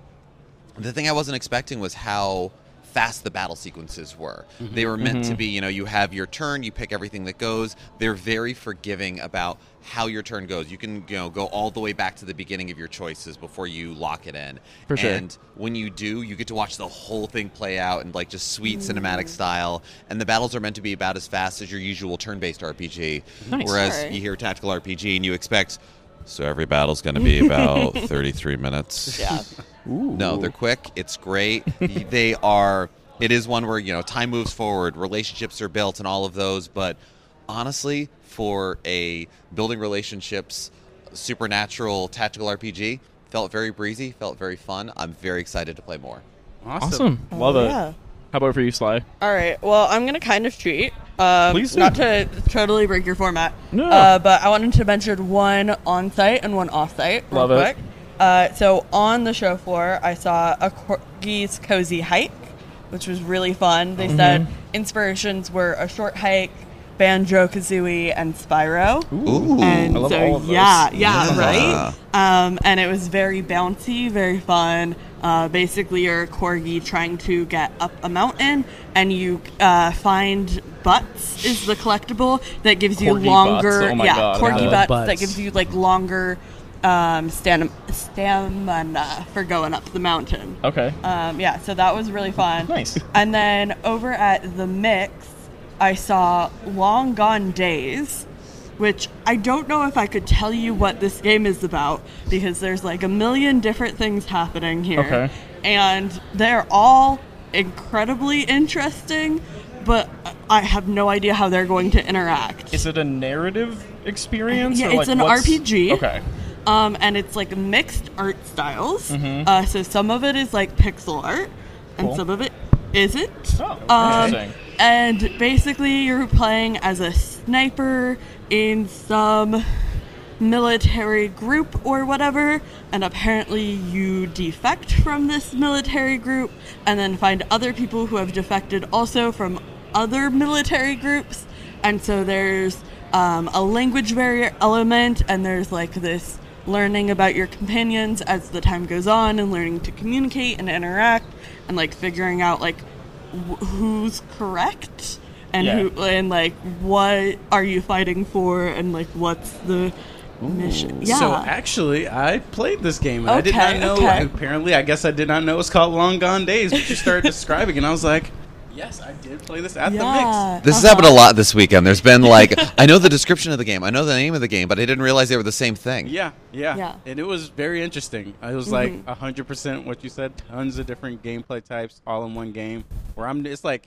[SPEAKER 5] the thing I wasn't expecting was how fast the battle sequences were.
[SPEAKER 6] Mm-hmm.
[SPEAKER 5] They were meant to be, you know, you have your turn, you pick everything that goes. They're very forgiving about how your turn goes. You can, you know, go all the way back to the beginning of your choices before you lock it in.
[SPEAKER 1] For sure.
[SPEAKER 5] And when you do, you get to watch the whole thing play out in like just sweet cinematic
[SPEAKER 6] Mm.
[SPEAKER 5] style. And the battles are meant to be about as fast as your usual turn-based RPG.
[SPEAKER 1] Nice.
[SPEAKER 5] Whereas
[SPEAKER 6] Sure.
[SPEAKER 5] you hear tactical RPG and you expect so every battle's going to be about 33 minutes.
[SPEAKER 6] Yeah.
[SPEAKER 5] No, they're quick. It's great. they are. It is one where you know time moves forward, relationships are built, and all of those. But honestly, for a building relationships, supernatural tactical RPG, felt very breezy. Felt very fun. I'm very excited to play more.
[SPEAKER 2] Awesome.
[SPEAKER 1] awesome. Love it.
[SPEAKER 6] Yeah.
[SPEAKER 1] How about for you, Sly?
[SPEAKER 6] All right. Well, I'm gonna kind of cheat. Um,
[SPEAKER 1] Please do.
[SPEAKER 6] not to totally break your format.
[SPEAKER 1] No.
[SPEAKER 6] Uh, but I wanted to mention one on site and one off site. real
[SPEAKER 1] Love it.
[SPEAKER 6] quick. Uh, so on the show floor, I saw a corgi's cozy hike, which was really fun.
[SPEAKER 1] Mm-hmm.
[SPEAKER 6] They said inspirations were a short hike, banjo kazooie, and Spyro.
[SPEAKER 5] Ooh.
[SPEAKER 6] And
[SPEAKER 1] I love
[SPEAKER 6] so
[SPEAKER 1] all of those.
[SPEAKER 6] yeah, yeah,
[SPEAKER 5] Yeah.
[SPEAKER 6] right. Um, and it was very bouncy, very fun. Uh, basically, you're a corgi trying to get up a mountain, and you uh, find butts is the collectible that gives you
[SPEAKER 1] Corgi
[SPEAKER 6] longer,
[SPEAKER 1] butts. Oh my
[SPEAKER 6] yeah,
[SPEAKER 1] God, I
[SPEAKER 6] corgi
[SPEAKER 1] love
[SPEAKER 6] butts, that
[SPEAKER 3] butts.
[SPEAKER 6] gives you like longer um, stam- stamina for going up the mountain.
[SPEAKER 1] Okay.
[SPEAKER 6] Um, yeah, so that was really fun.
[SPEAKER 1] Nice.
[SPEAKER 6] And then over at the mix, I saw Long Gone Days, which I don't know if I could tell you what this game is about because there's like a million different things happening here.
[SPEAKER 1] Okay.
[SPEAKER 6] And they're all incredibly interesting, but I have no idea how they're going to interact.
[SPEAKER 1] Is it a narrative experience?
[SPEAKER 6] Yeah,
[SPEAKER 1] or
[SPEAKER 6] it's
[SPEAKER 1] like
[SPEAKER 6] an
[SPEAKER 1] what's-
[SPEAKER 6] RPG.
[SPEAKER 1] Okay.
[SPEAKER 6] Um, and it's like mixed art styles. Uh, so some of it is like pixel art,
[SPEAKER 1] Mm-hmm.
[SPEAKER 6] and
[SPEAKER 1] Cool.
[SPEAKER 6] some of it isn't.
[SPEAKER 1] Oh, interesting.
[SPEAKER 6] Um, And basically, you're playing as a sniper in some military group or whatever, and apparently you defect from this military group, and then find other people who have defected also from other military groups, and so there's um, a language barrier element, and there's like this learning about your companions as the time goes on, and learning to communicate and interact, and like figuring out like wh- who's correct and
[SPEAKER 1] Yeah.
[SPEAKER 6] who and like what are you fighting for and like what's the mission yeah
[SPEAKER 2] So actually, I played this game and I did not
[SPEAKER 6] Okay,
[SPEAKER 2] know.
[SPEAKER 6] okay.
[SPEAKER 2] Apparently, I guess I did not know it was called Long Gone Days. But you started describing, it and I was like, "Yes, I did play this at the
[SPEAKER 6] yeah uh-huh.
[SPEAKER 5] This has happened a lot this weekend. There's been like Uh-huh. I know the description of the game, I know the name of the game, but I didn't realize they were the same thing.
[SPEAKER 2] mix." Yeah, yeah,
[SPEAKER 6] Yeah. Mm-hmm.
[SPEAKER 2] and it was very interesting. It was like hundred percent what you said. Tons of different gameplay types all in one game. Where I'm, it's like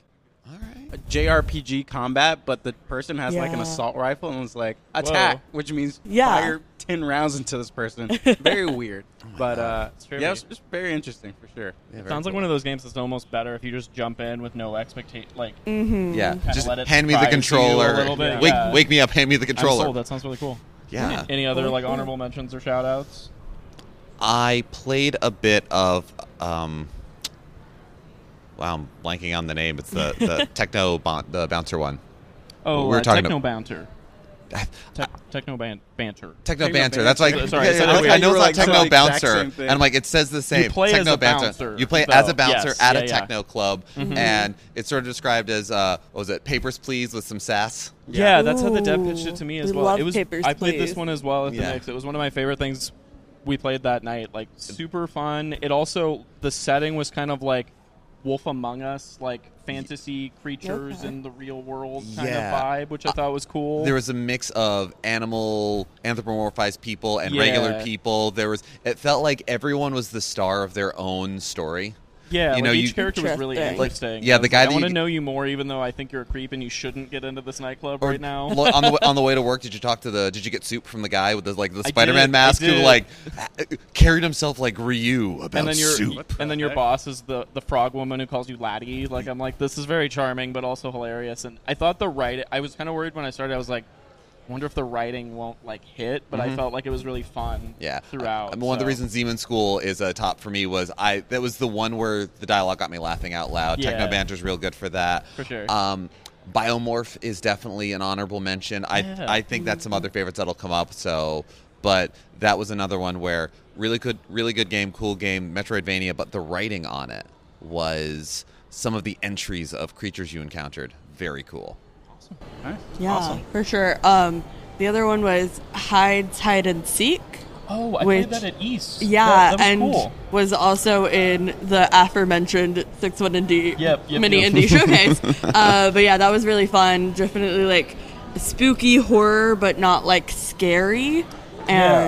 [SPEAKER 5] All right.
[SPEAKER 2] a JRPG combat, but the person has like an
[SPEAKER 6] Yeah.
[SPEAKER 2] assault rifle and was like attack,
[SPEAKER 1] Whoa.
[SPEAKER 2] which means
[SPEAKER 6] Yeah.
[SPEAKER 2] fire ten rounds into this person. Very weird,
[SPEAKER 5] Oh
[SPEAKER 2] but uh,
[SPEAKER 1] very
[SPEAKER 2] yeah, it
[SPEAKER 1] weird.
[SPEAKER 2] was, it's very interesting for sure.
[SPEAKER 5] Yeah, very
[SPEAKER 1] Sounds like
[SPEAKER 5] cool.
[SPEAKER 1] one of those games that's almost better if you just jump in with no expectation. Like,
[SPEAKER 6] Mm-hmm.
[SPEAKER 5] Yeah, just
[SPEAKER 1] let it
[SPEAKER 5] hand me the
[SPEAKER 1] surprise you a
[SPEAKER 5] controller.
[SPEAKER 1] little bit,
[SPEAKER 5] Wake,
[SPEAKER 1] yeah.
[SPEAKER 5] wake me up. Hand me the
[SPEAKER 1] I'm sold.
[SPEAKER 5] controller.
[SPEAKER 1] That sounds really cool.
[SPEAKER 5] Yeah,
[SPEAKER 1] Any other like honorable mentions or shout outs?
[SPEAKER 5] I played a bit of. Um, wow, I'm blanking on the name. It's the the techno bon- the bouncer one.
[SPEAKER 1] Oh,
[SPEAKER 5] We were
[SPEAKER 1] uh,
[SPEAKER 5] talking
[SPEAKER 1] techno
[SPEAKER 5] ab-
[SPEAKER 1] banter. Te- techno ban- banter.
[SPEAKER 5] Techno banter. That's like
[SPEAKER 1] Sorry, I
[SPEAKER 5] yeah,
[SPEAKER 1] said
[SPEAKER 5] I,
[SPEAKER 1] it
[SPEAKER 5] I
[SPEAKER 1] weird.
[SPEAKER 5] know
[SPEAKER 2] You
[SPEAKER 5] it's
[SPEAKER 2] were
[SPEAKER 5] not
[SPEAKER 2] like,
[SPEAKER 5] techno
[SPEAKER 2] saying the exact
[SPEAKER 5] bouncer,
[SPEAKER 2] same
[SPEAKER 5] and
[SPEAKER 2] thing.
[SPEAKER 5] I'm like it says the same.
[SPEAKER 1] play
[SPEAKER 5] techno
[SPEAKER 1] as a bouncer,
[SPEAKER 5] You play as
[SPEAKER 1] though.
[SPEAKER 5] a bouncer
[SPEAKER 1] Yes.
[SPEAKER 5] at
[SPEAKER 1] Yeah,
[SPEAKER 5] a
[SPEAKER 1] yeah. Mm-hmm.
[SPEAKER 5] techno club, and it's sort of described as uh, what was it papers please with some sass.
[SPEAKER 1] Yeah, that's how the dev pitched it
[SPEAKER 6] Ooh,
[SPEAKER 1] to me as
[SPEAKER 6] we
[SPEAKER 1] well.
[SPEAKER 6] love
[SPEAKER 1] it was
[SPEAKER 6] Papers,
[SPEAKER 1] I played this
[SPEAKER 6] Please.
[SPEAKER 1] one as well at the
[SPEAKER 5] Yeah.
[SPEAKER 1] mix. It was one of my favorite things we played that night. Like super fun. It also the setting was kind of like Wolf Among Us, like fantasy creatures
[SPEAKER 6] Okay.
[SPEAKER 1] in the real world kind
[SPEAKER 5] Yeah.
[SPEAKER 1] of vibe, which
[SPEAKER 2] Uh,
[SPEAKER 1] I thought was cool.
[SPEAKER 5] There was a mix of animal anthropomorphized people and
[SPEAKER 1] Yeah.
[SPEAKER 5] regular people. There was it felt like everyone was the star of their own story.
[SPEAKER 1] yeah,
[SPEAKER 5] you
[SPEAKER 1] like
[SPEAKER 5] know,
[SPEAKER 1] each
[SPEAKER 5] you-
[SPEAKER 1] character was really
[SPEAKER 6] Interesting.
[SPEAKER 5] Like,
[SPEAKER 1] interesting.
[SPEAKER 5] yeah,
[SPEAKER 1] I was
[SPEAKER 5] the guy
[SPEAKER 1] like,
[SPEAKER 5] that
[SPEAKER 1] I want to
[SPEAKER 5] you-
[SPEAKER 1] know you more, even though I think you're a creep and you shouldn't get into this nightclub right now.
[SPEAKER 5] lo- on the wa- on the way to work, did you talk to the? Did you get soup from the guy with the like the
[SPEAKER 1] I
[SPEAKER 5] Spider
[SPEAKER 1] did, I
[SPEAKER 5] Man mask who
[SPEAKER 1] did.
[SPEAKER 5] like carried himself like Ryu about
[SPEAKER 1] and then your
[SPEAKER 5] soup?
[SPEAKER 1] and then your boss is the the frog woman who calls you laddie. Like I'm like this is very charming but also hilarious. And I thought the write I was kind of worried when I started. I was like, wonder if the writing won't like hit, but I felt like it was really fun.
[SPEAKER 5] Mm-hmm. Yeah,
[SPEAKER 1] throughout.
[SPEAKER 5] I mean, one of the
[SPEAKER 1] so.
[SPEAKER 5] reasons Zeman School is a top for me was I that was the one where the dialogue got me laughing out loud.
[SPEAKER 1] Yeah.
[SPEAKER 5] Techno banter's real good for that.
[SPEAKER 1] For sure.
[SPEAKER 2] Uh,
[SPEAKER 5] Um, Biomorph is definitely an honorable mention. I
[SPEAKER 1] Yeah.
[SPEAKER 5] I think that's some other favorites that'll come up. So, but that was another one where really good, really good game, cool game, Metroidvania. But the writing on it was some of the entries of creatures you encountered. Very cool.
[SPEAKER 6] yeah for sure um the other one was hides hide and seek
[SPEAKER 1] Oh, I
[SPEAKER 6] Which-
[SPEAKER 1] played that at East.
[SPEAKER 6] yeah
[SPEAKER 1] That- that
[SPEAKER 6] and
[SPEAKER 1] was cool.
[SPEAKER 6] was also in the aforementioned six one indie
[SPEAKER 1] Yep, yep,
[SPEAKER 6] mini
[SPEAKER 1] yep.
[SPEAKER 6] indie showcase uh, but yeah that was really fun definitely like spooky horror but not like scary
[SPEAKER 1] Yeah.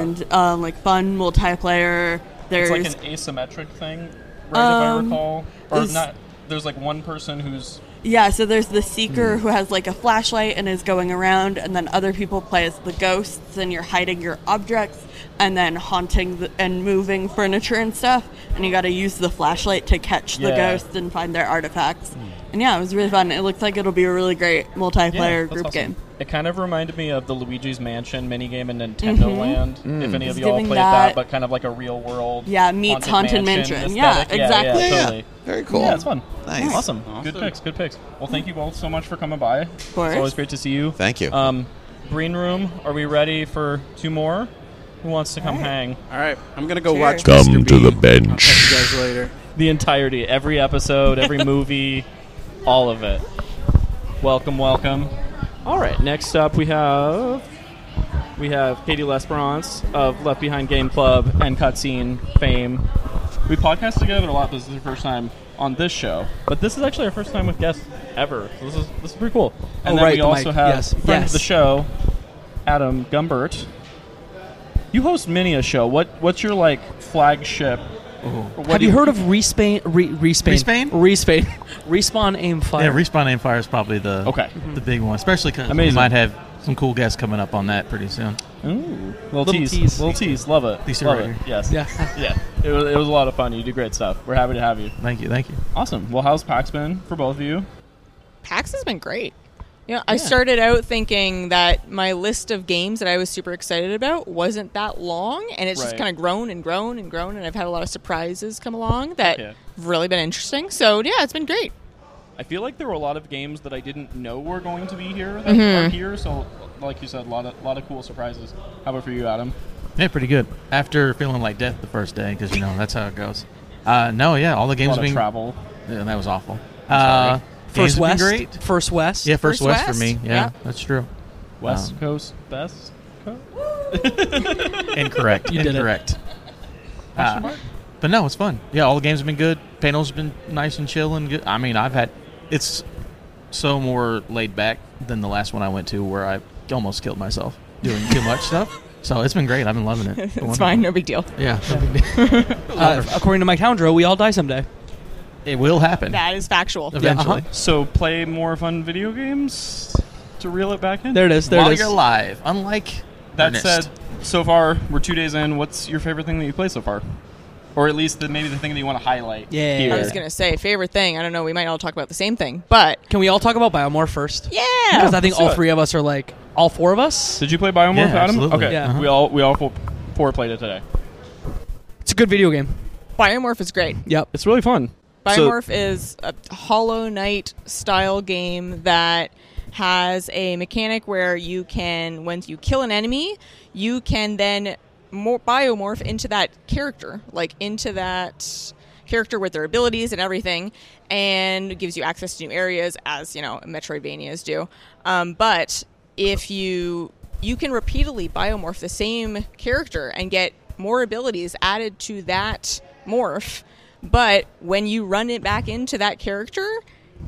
[SPEAKER 6] and um, like fun multiplayer
[SPEAKER 1] It's
[SPEAKER 6] there's
[SPEAKER 1] like an asymmetric thing, right? if I
[SPEAKER 6] Um,
[SPEAKER 1] recall, or
[SPEAKER 6] is-
[SPEAKER 1] not. There's like one person who's
[SPEAKER 6] Yeah, so there's the seeker who has like a flashlight and is going around, and then other people play as the ghosts, and you're hiding your objects and then haunting the, and moving furniture and stuff, and you got to use the flashlight to catch the
[SPEAKER 1] Yeah.
[SPEAKER 6] ghosts and find their artifacts. And yeah, it was really fun. It looks like it'll be a really great multiplayer group game.
[SPEAKER 1] It kind of reminded me of the Luigi's Mansion minigame in Nintendo Land.
[SPEAKER 5] Mm.
[SPEAKER 1] If any of
[SPEAKER 6] It's
[SPEAKER 1] y'all
[SPEAKER 6] Mm-hmm. giving
[SPEAKER 1] played that,
[SPEAKER 6] that-
[SPEAKER 1] but kind of like a real world.
[SPEAKER 6] Yeah, meets Haunted Mansion. Yeah,
[SPEAKER 1] aesthetic. Yeah,
[SPEAKER 6] exactly.
[SPEAKER 1] yeah,
[SPEAKER 5] Yeah,
[SPEAKER 1] totally.
[SPEAKER 5] Very cool.
[SPEAKER 1] Yeah, it's fun.
[SPEAKER 5] Nice.
[SPEAKER 1] Awesome. Good
[SPEAKER 2] Awesome.
[SPEAKER 1] picks. Good picks. Well, thank you both so much for coming by. Of
[SPEAKER 6] course.
[SPEAKER 1] It's always great to see you.
[SPEAKER 5] Thank you.
[SPEAKER 1] Um, Green Room, are we ready for two more? Who wants to come hang?
[SPEAKER 2] All right, I'm gonna go watch.
[SPEAKER 6] Cheers.
[SPEAKER 7] Come
[SPEAKER 2] Mr.
[SPEAKER 7] to the
[SPEAKER 2] Bean.
[SPEAKER 7] bench.
[SPEAKER 2] I'll catch you guys later.
[SPEAKER 1] The entirety, every episode, every movie, all of it. Welcome, welcome. All right. Next up, we have we have Katie Lesperance of Left Behind Game Club and Cutscene fame. We podcast together a lot. This is her first time on this show, but this is actually our first time with guests ever. So this is this is pretty cool. And
[SPEAKER 3] Oh,
[SPEAKER 1] then
[SPEAKER 3] right,
[SPEAKER 1] we
[SPEAKER 3] the
[SPEAKER 1] also
[SPEAKER 3] mic.
[SPEAKER 1] have
[SPEAKER 3] Yes,
[SPEAKER 1] friend of
[SPEAKER 3] yes.
[SPEAKER 1] the show, Adam Gumbert. You host many a show. What what's your like flagship? What
[SPEAKER 3] Oh. Have
[SPEAKER 1] do
[SPEAKER 3] you heard of Respain? Re, respain?
[SPEAKER 8] Respain?
[SPEAKER 3] Respain. Respawn aim fire.
[SPEAKER 8] Yeah, respawn aim fire is probably the
[SPEAKER 1] Okay.
[SPEAKER 8] the big one, especially because we
[SPEAKER 1] Amazing.
[SPEAKER 8] might have some cool guests coming up on that pretty soon.
[SPEAKER 1] Ooh, little,
[SPEAKER 3] Little
[SPEAKER 1] tease,
[SPEAKER 3] tease.
[SPEAKER 1] little tease. Love it.
[SPEAKER 8] Teaser
[SPEAKER 1] Love
[SPEAKER 8] right
[SPEAKER 1] it.
[SPEAKER 8] here.
[SPEAKER 1] Yes.
[SPEAKER 3] Yeah.
[SPEAKER 1] yeah. It was, it was a lot of fun. You do great stuff. We're happy to have you.
[SPEAKER 8] Thank you, thank you.
[SPEAKER 1] Awesome. Well, how's PAX been for both of you?
[SPEAKER 9] PAX has been great. You know, I started out thinking that my list of games that I was super excited about wasn't that long, and it's just
[SPEAKER 1] Right.
[SPEAKER 9] kind of grown and grown and grown, and I've had a lot of surprises come along that
[SPEAKER 1] Yeah.
[SPEAKER 9] have really been interesting. So yeah, it's been great.
[SPEAKER 1] I feel like there were a lot of games that I didn't know were going to be here that are here. So, like you said, a lot of lot of cool surprises. How about for you, Adam?
[SPEAKER 8] Yeah, pretty good. After feeling like death the first day, because you know that's how it goes. Uh, no, yeah, all the
[SPEAKER 1] A
[SPEAKER 8] games
[SPEAKER 1] lot
[SPEAKER 8] have
[SPEAKER 1] of
[SPEAKER 8] been
[SPEAKER 1] travel.
[SPEAKER 8] Yeah, that was awful. Uh, games
[SPEAKER 3] First
[SPEAKER 8] have
[SPEAKER 3] West.
[SPEAKER 8] been great.
[SPEAKER 3] First West.
[SPEAKER 8] Yeah, first,
[SPEAKER 9] First
[SPEAKER 8] west, for
[SPEAKER 9] West,
[SPEAKER 8] me. Yeah,
[SPEAKER 9] yeah.
[SPEAKER 8] that's true.
[SPEAKER 1] West
[SPEAKER 8] Um,
[SPEAKER 1] Coast best. Coast?
[SPEAKER 8] Incorrect.
[SPEAKER 3] You did it.
[SPEAKER 8] Incorrect. Uh, but no, it's fun. Yeah, all the games have been good. Panels have been nice and chill and good. I mean, I've had it's so more laid back than the last one I went to, where I almost killed myself doing too much stuff. So it's been great. I've been loving it.
[SPEAKER 9] It's
[SPEAKER 8] Wonderful.
[SPEAKER 9] fine, no big deal.
[SPEAKER 8] Yeah, no big deal.
[SPEAKER 3] Uh, according to Mike Towndrow, we all die someday.
[SPEAKER 8] it will happen
[SPEAKER 9] That is factual.
[SPEAKER 8] eventually.
[SPEAKER 3] uh-huh.
[SPEAKER 1] So play more fun video games to reel it back in.
[SPEAKER 3] There it is. There
[SPEAKER 8] While
[SPEAKER 3] it is.
[SPEAKER 8] you're live, unlike
[SPEAKER 1] That
[SPEAKER 8] Ernest.
[SPEAKER 1] said, so far we're two days in. What's your favorite thing that you played so far, or at least the, maybe the thing that you want to highlight?
[SPEAKER 3] Yeah.
[SPEAKER 1] here?
[SPEAKER 9] I was gonna say favorite thing. I don't know. We might all talk about the same thing, but
[SPEAKER 3] Can we all talk about Biomore first?
[SPEAKER 9] yeah,
[SPEAKER 3] Because I think
[SPEAKER 1] let's do
[SPEAKER 3] all
[SPEAKER 1] it.
[SPEAKER 3] three of us are like all four of us.
[SPEAKER 1] Did you play Biomorph,
[SPEAKER 8] Yeah,
[SPEAKER 1] Adam?
[SPEAKER 8] absolutely.
[SPEAKER 1] Okay,
[SPEAKER 3] Yeah. uh-huh.
[SPEAKER 1] we all we all four, four played it today.
[SPEAKER 3] It's a good video game.
[SPEAKER 9] Biomorph is great.
[SPEAKER 3] Yep.
[SPEAKER 1] It's really fun. So-
[SPEAKER 9] Biomorph is a Hollow Knight style game that has a mechanic where you can, once you kill an enemy, you can then mor- biomorph into that character, like into that character with their abilities and everything, and it gives you access to new areas, as you know Metroidvanias do. Um, but if you you can repeatedly biomorph the same character and get more abilities added to that morph but when you run it back into that character,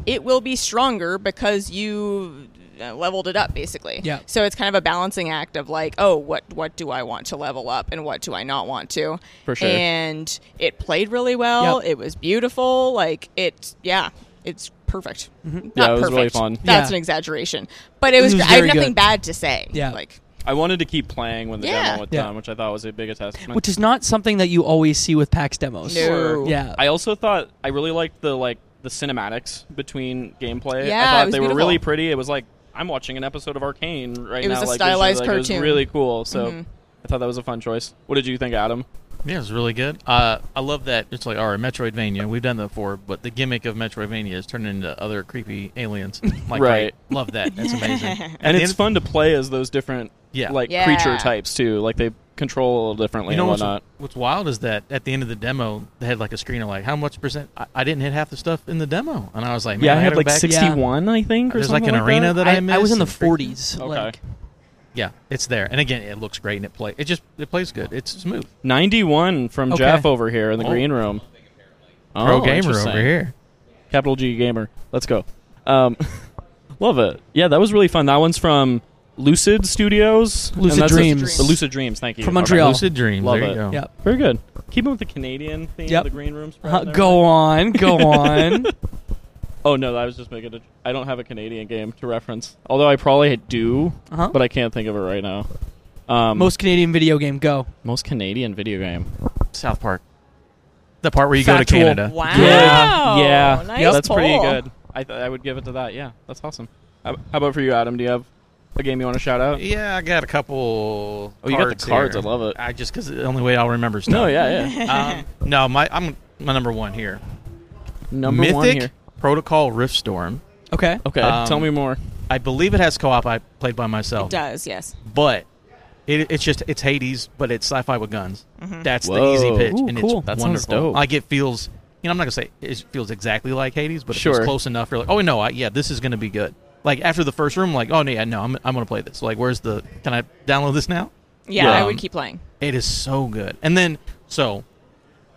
[SPEAKER 9] it will be stronger because you uh, leveled it up basically.
[SPEAKER 3] Yeah.
[SPEAKER 9] So it's kind of a balancing act of like, oh, what what do I want to level up and what do I not want to?
[SPEAKER 1] For sure.
[SPEAKER 9] And it played really well.
[SPEAKER 3] Yep.
[SPEAKER 9] It was beautiful. Like it, yeah, it's perfect. Not
[SPEAKER 1] Yeah, it was
[SPEAKER 9] perfect.
[SPEAKER 1] really fun.
[SPEAKER 9] That's
[SPEAKER 3] Mm-hmm. Yeah.
[SPEAKER 9] an exaggeration, but it was.
[SPEAKER 3] was
[SPEAKER 9] I have
[SPEAKER 3] very
[SPEAKER 9] nothing
[SPEAKER 3] good.
[SPEAKER 9] bad to say.
[SPEAKER 3] Yeah.
[SPEAKER 9] Like
[SPEAKER 1] I wanted to keep playing when the
[SPEAKER 9] Yeah.
[SPEAKER 1] demo was
[SPEAKER 3] Yeah.
[SPEAKER 1] done, which I thought was a big testament.
[SPEAKER 3] Which is not something that you always see with PAX demos.
[SPEAKER 9] no.
[SPEAKER 3] Yeah.
[SPEAKER 1] I also thought I really liked the like the cinematics between gameplay.
[SPEAKER 9] Yeah,
[SPEAKER 1] I
[SPEAKER 9] it
[SPEAKER 1] thought
[SPEAKER 9] was
[SPEAKER 1] they were
[SPEAKER 9] beautiful.
[SPEAKER 1] really pretty. It was like I'm watching an episode of Arcane right
[SPEAKER 9] It
[SPEAKER 1] now.
[SPEAKER 9] was a
[SPEAKER 1] like,
[SPEAKER 9] stylized
[SPEAKER 1] visually, like, It was
[SPEAKER 9] cartoon. Mm-hmm.
[SPEAKER 1] really cool. So I thought that was a fun choice. What did you think, Adam?
[SPEAKER 8] Yeah, it was really good. Uh, I love that it's like, all right, Metroidvania. We've done that before, but the gimmick of Metroidvania is turning into other creepy aliens. Like,
[SPEAKER 1] Right.
[SPEAKER 8] I love that. That's amazing. At
[SPEAKER 1] And
[SPEAKER 8] the
[SPEAKER 1] it's
[SPEAKER 8] end-
[SPEAKER 1] fun to play as those different
[SPEAKER 8] Yeah.
[SPEAKER 1] like
[SPEAKER 9] Yeah.
[SPEAKER 1] creature types too. Like they control a little differently
[SPEAKER 8] You know
[SPEAKER 1] and
[SPEAKER 8] what's,
[SPEAKER 1] whatnot.
[SPEAKER 8] what's wild is that at the end of the demo, they had like a screen of like, how much percent? I, I didn't hit half the stuff in the demo, and I was like, man,
[SPEAKER 1] Yeah, I
[SPEAKER 8] I
[SPEAKER 1] had
[SPEAKER 8] gotta
[SPEAKER 1] like
[SPEAKER 8] go back.
[SPEAKER 1] 61, I think, or
[SPEAKER 8] There's like
[SPEAKER 1] something
[SPEAKER 8] an arena that, I,
[SPEAKER 3] I,
[SPEAKER 8] missed.
[SPEAKER 3] was in the
[SPEAKER 8] and freaking-
[SPEAKER 3] 40s.
[SPEAKER 1] Okay.
[SPEAKER 3] Like,
[SPEAKER 8] Yeah, it's there, and again, it looks great, and it play. It just it plays good. It's smooth.
[SPEAKER 1] 91 from
[SPEAKER 3] Okay.
[SPEAKER 1] Jeff over here in the
[SPEAKER 8] Oh.
[SPEAKER 1] green room. Oh,
[SPEAKER 8] Pro gamer
[SPEAKER 1] interesting.
[SPEAKER 8] over here.
[SPEAKER 1] Capital G gamer. Let's go. Um, love it. Yeah, that was really fun. That one's from Lucid Studios. and
[SPEAKER 3] Lucid
[SPEAKER 1] that's a-
[SPEAKER 3] Dreams.
[SPEAKER 1] the Lucid Dreams. Thank you.
[SPEAKER 3] From
[SPEAKER 1] Okay.
[SPEAKER 3] Montreal.
[SPEAKER 8] Lucid dreams.
[SPEAKER 1] Love
[SPEAKER 8] there
[SPEAKER 1] it.
[SPEAKER 8] you go.
[SPEAKER 3] Yep.
[SPEAKER 1] Very good. Keeping with the Canadian theme,
[SPEAKER 3] Yep.
[SPEAKER 1] the green room. spread
[SPEAKER 3] Uh,
[SPEAKER 1] and
[SPEAKER 3] go on. Go on.
[SPEAKER 1] Oh no, I was just making a. I don't have a Canadian game to reference, although I probably do,
[SPEAKER 3] Uh-huh.
[SPEAKER 1] but I can't think of it right now. Um,
[SPEAKER 3] Most Canadian video game, go.
[SPEAKER 1] most Canadian video game.
[SPEAKER 8] South Park. The part where you
[SPEAKER 3] Factual.
[SPEAKER 8] go to Canada.
[SPEAKER 9] Wow.
[SPEAKER 1] Yeah, yeah,
[SPEAKER 9] Nice
[SPEAKER 1] Yep. that's pretty
[SPEAKER 9] poll.
[SPEAKER 1] good. I th- I would give it to that. Yeah, that's awesome. How, how about for you, Adam? Do you have a game you want to shout out?
[SPEAKER 8] Yeah, I got a couple.
[SPEAKER 1] Oh, you got the cards.
[SPEAKER 8] here.
[SPEAKER 1] I love it.
[SPEAKER 8] I just because the only way I'll remember stuff.
[SPEAKER 1] No, yeah, yeah.
[SPEAKER 8] Um, no, my I'm my number one here.
[SPEAKER 1] Number
[SPEAKER 8] Mythic
[SPEAKER 1] one here.
[SPEAKER 8] Protocol Riftstorm.
[SPEAKER 3] Okay.
[SPEAKER 1] Okay,
[SPEAKER 8] Um,
[SPEAKER 1] tell me more.
[SPEAKER 8] I believe it has co-op. I played by myself,
[SPEAKER 9] It does, yes.
[SPEAKER 8] but it, it's just it's Hades, but it's sci-fi with guns.
[SPEAKER 9] Mm-hmm.
[SPEAKER 8] That's the
[SPEAKER 1] Whoa.
[SPEAKER 8] easy pitch,
[SPEAKER 1] Ooh,
[SPEAKER 8] and
[SPEAKER 1] cool.
[SPEAKER 8] it's
[SPEAKER 1] That sounds
[SPEAKER 8] wonderful.
[SPEAKER 1] dope.
[SPEAKER 8] Like it feels. You know, I'm not gonna say it feels exactly like Hades, but it
[SPEAKER 1] Sure.
[SPEAKER 8] feels close enough. You're like, oh no, I, yeah, this is gonna be good. Like after the first room, like, oh no, yeah, no, I'm I'm gonna play this. Like, where's the? Can I download this now?
[SPEAKER 9] Yeah,
[SPEAKER 1] Yeah.
[SPEAKER 9] I would keep playing.
[SPEAKER 8] Um, It is so good. And then so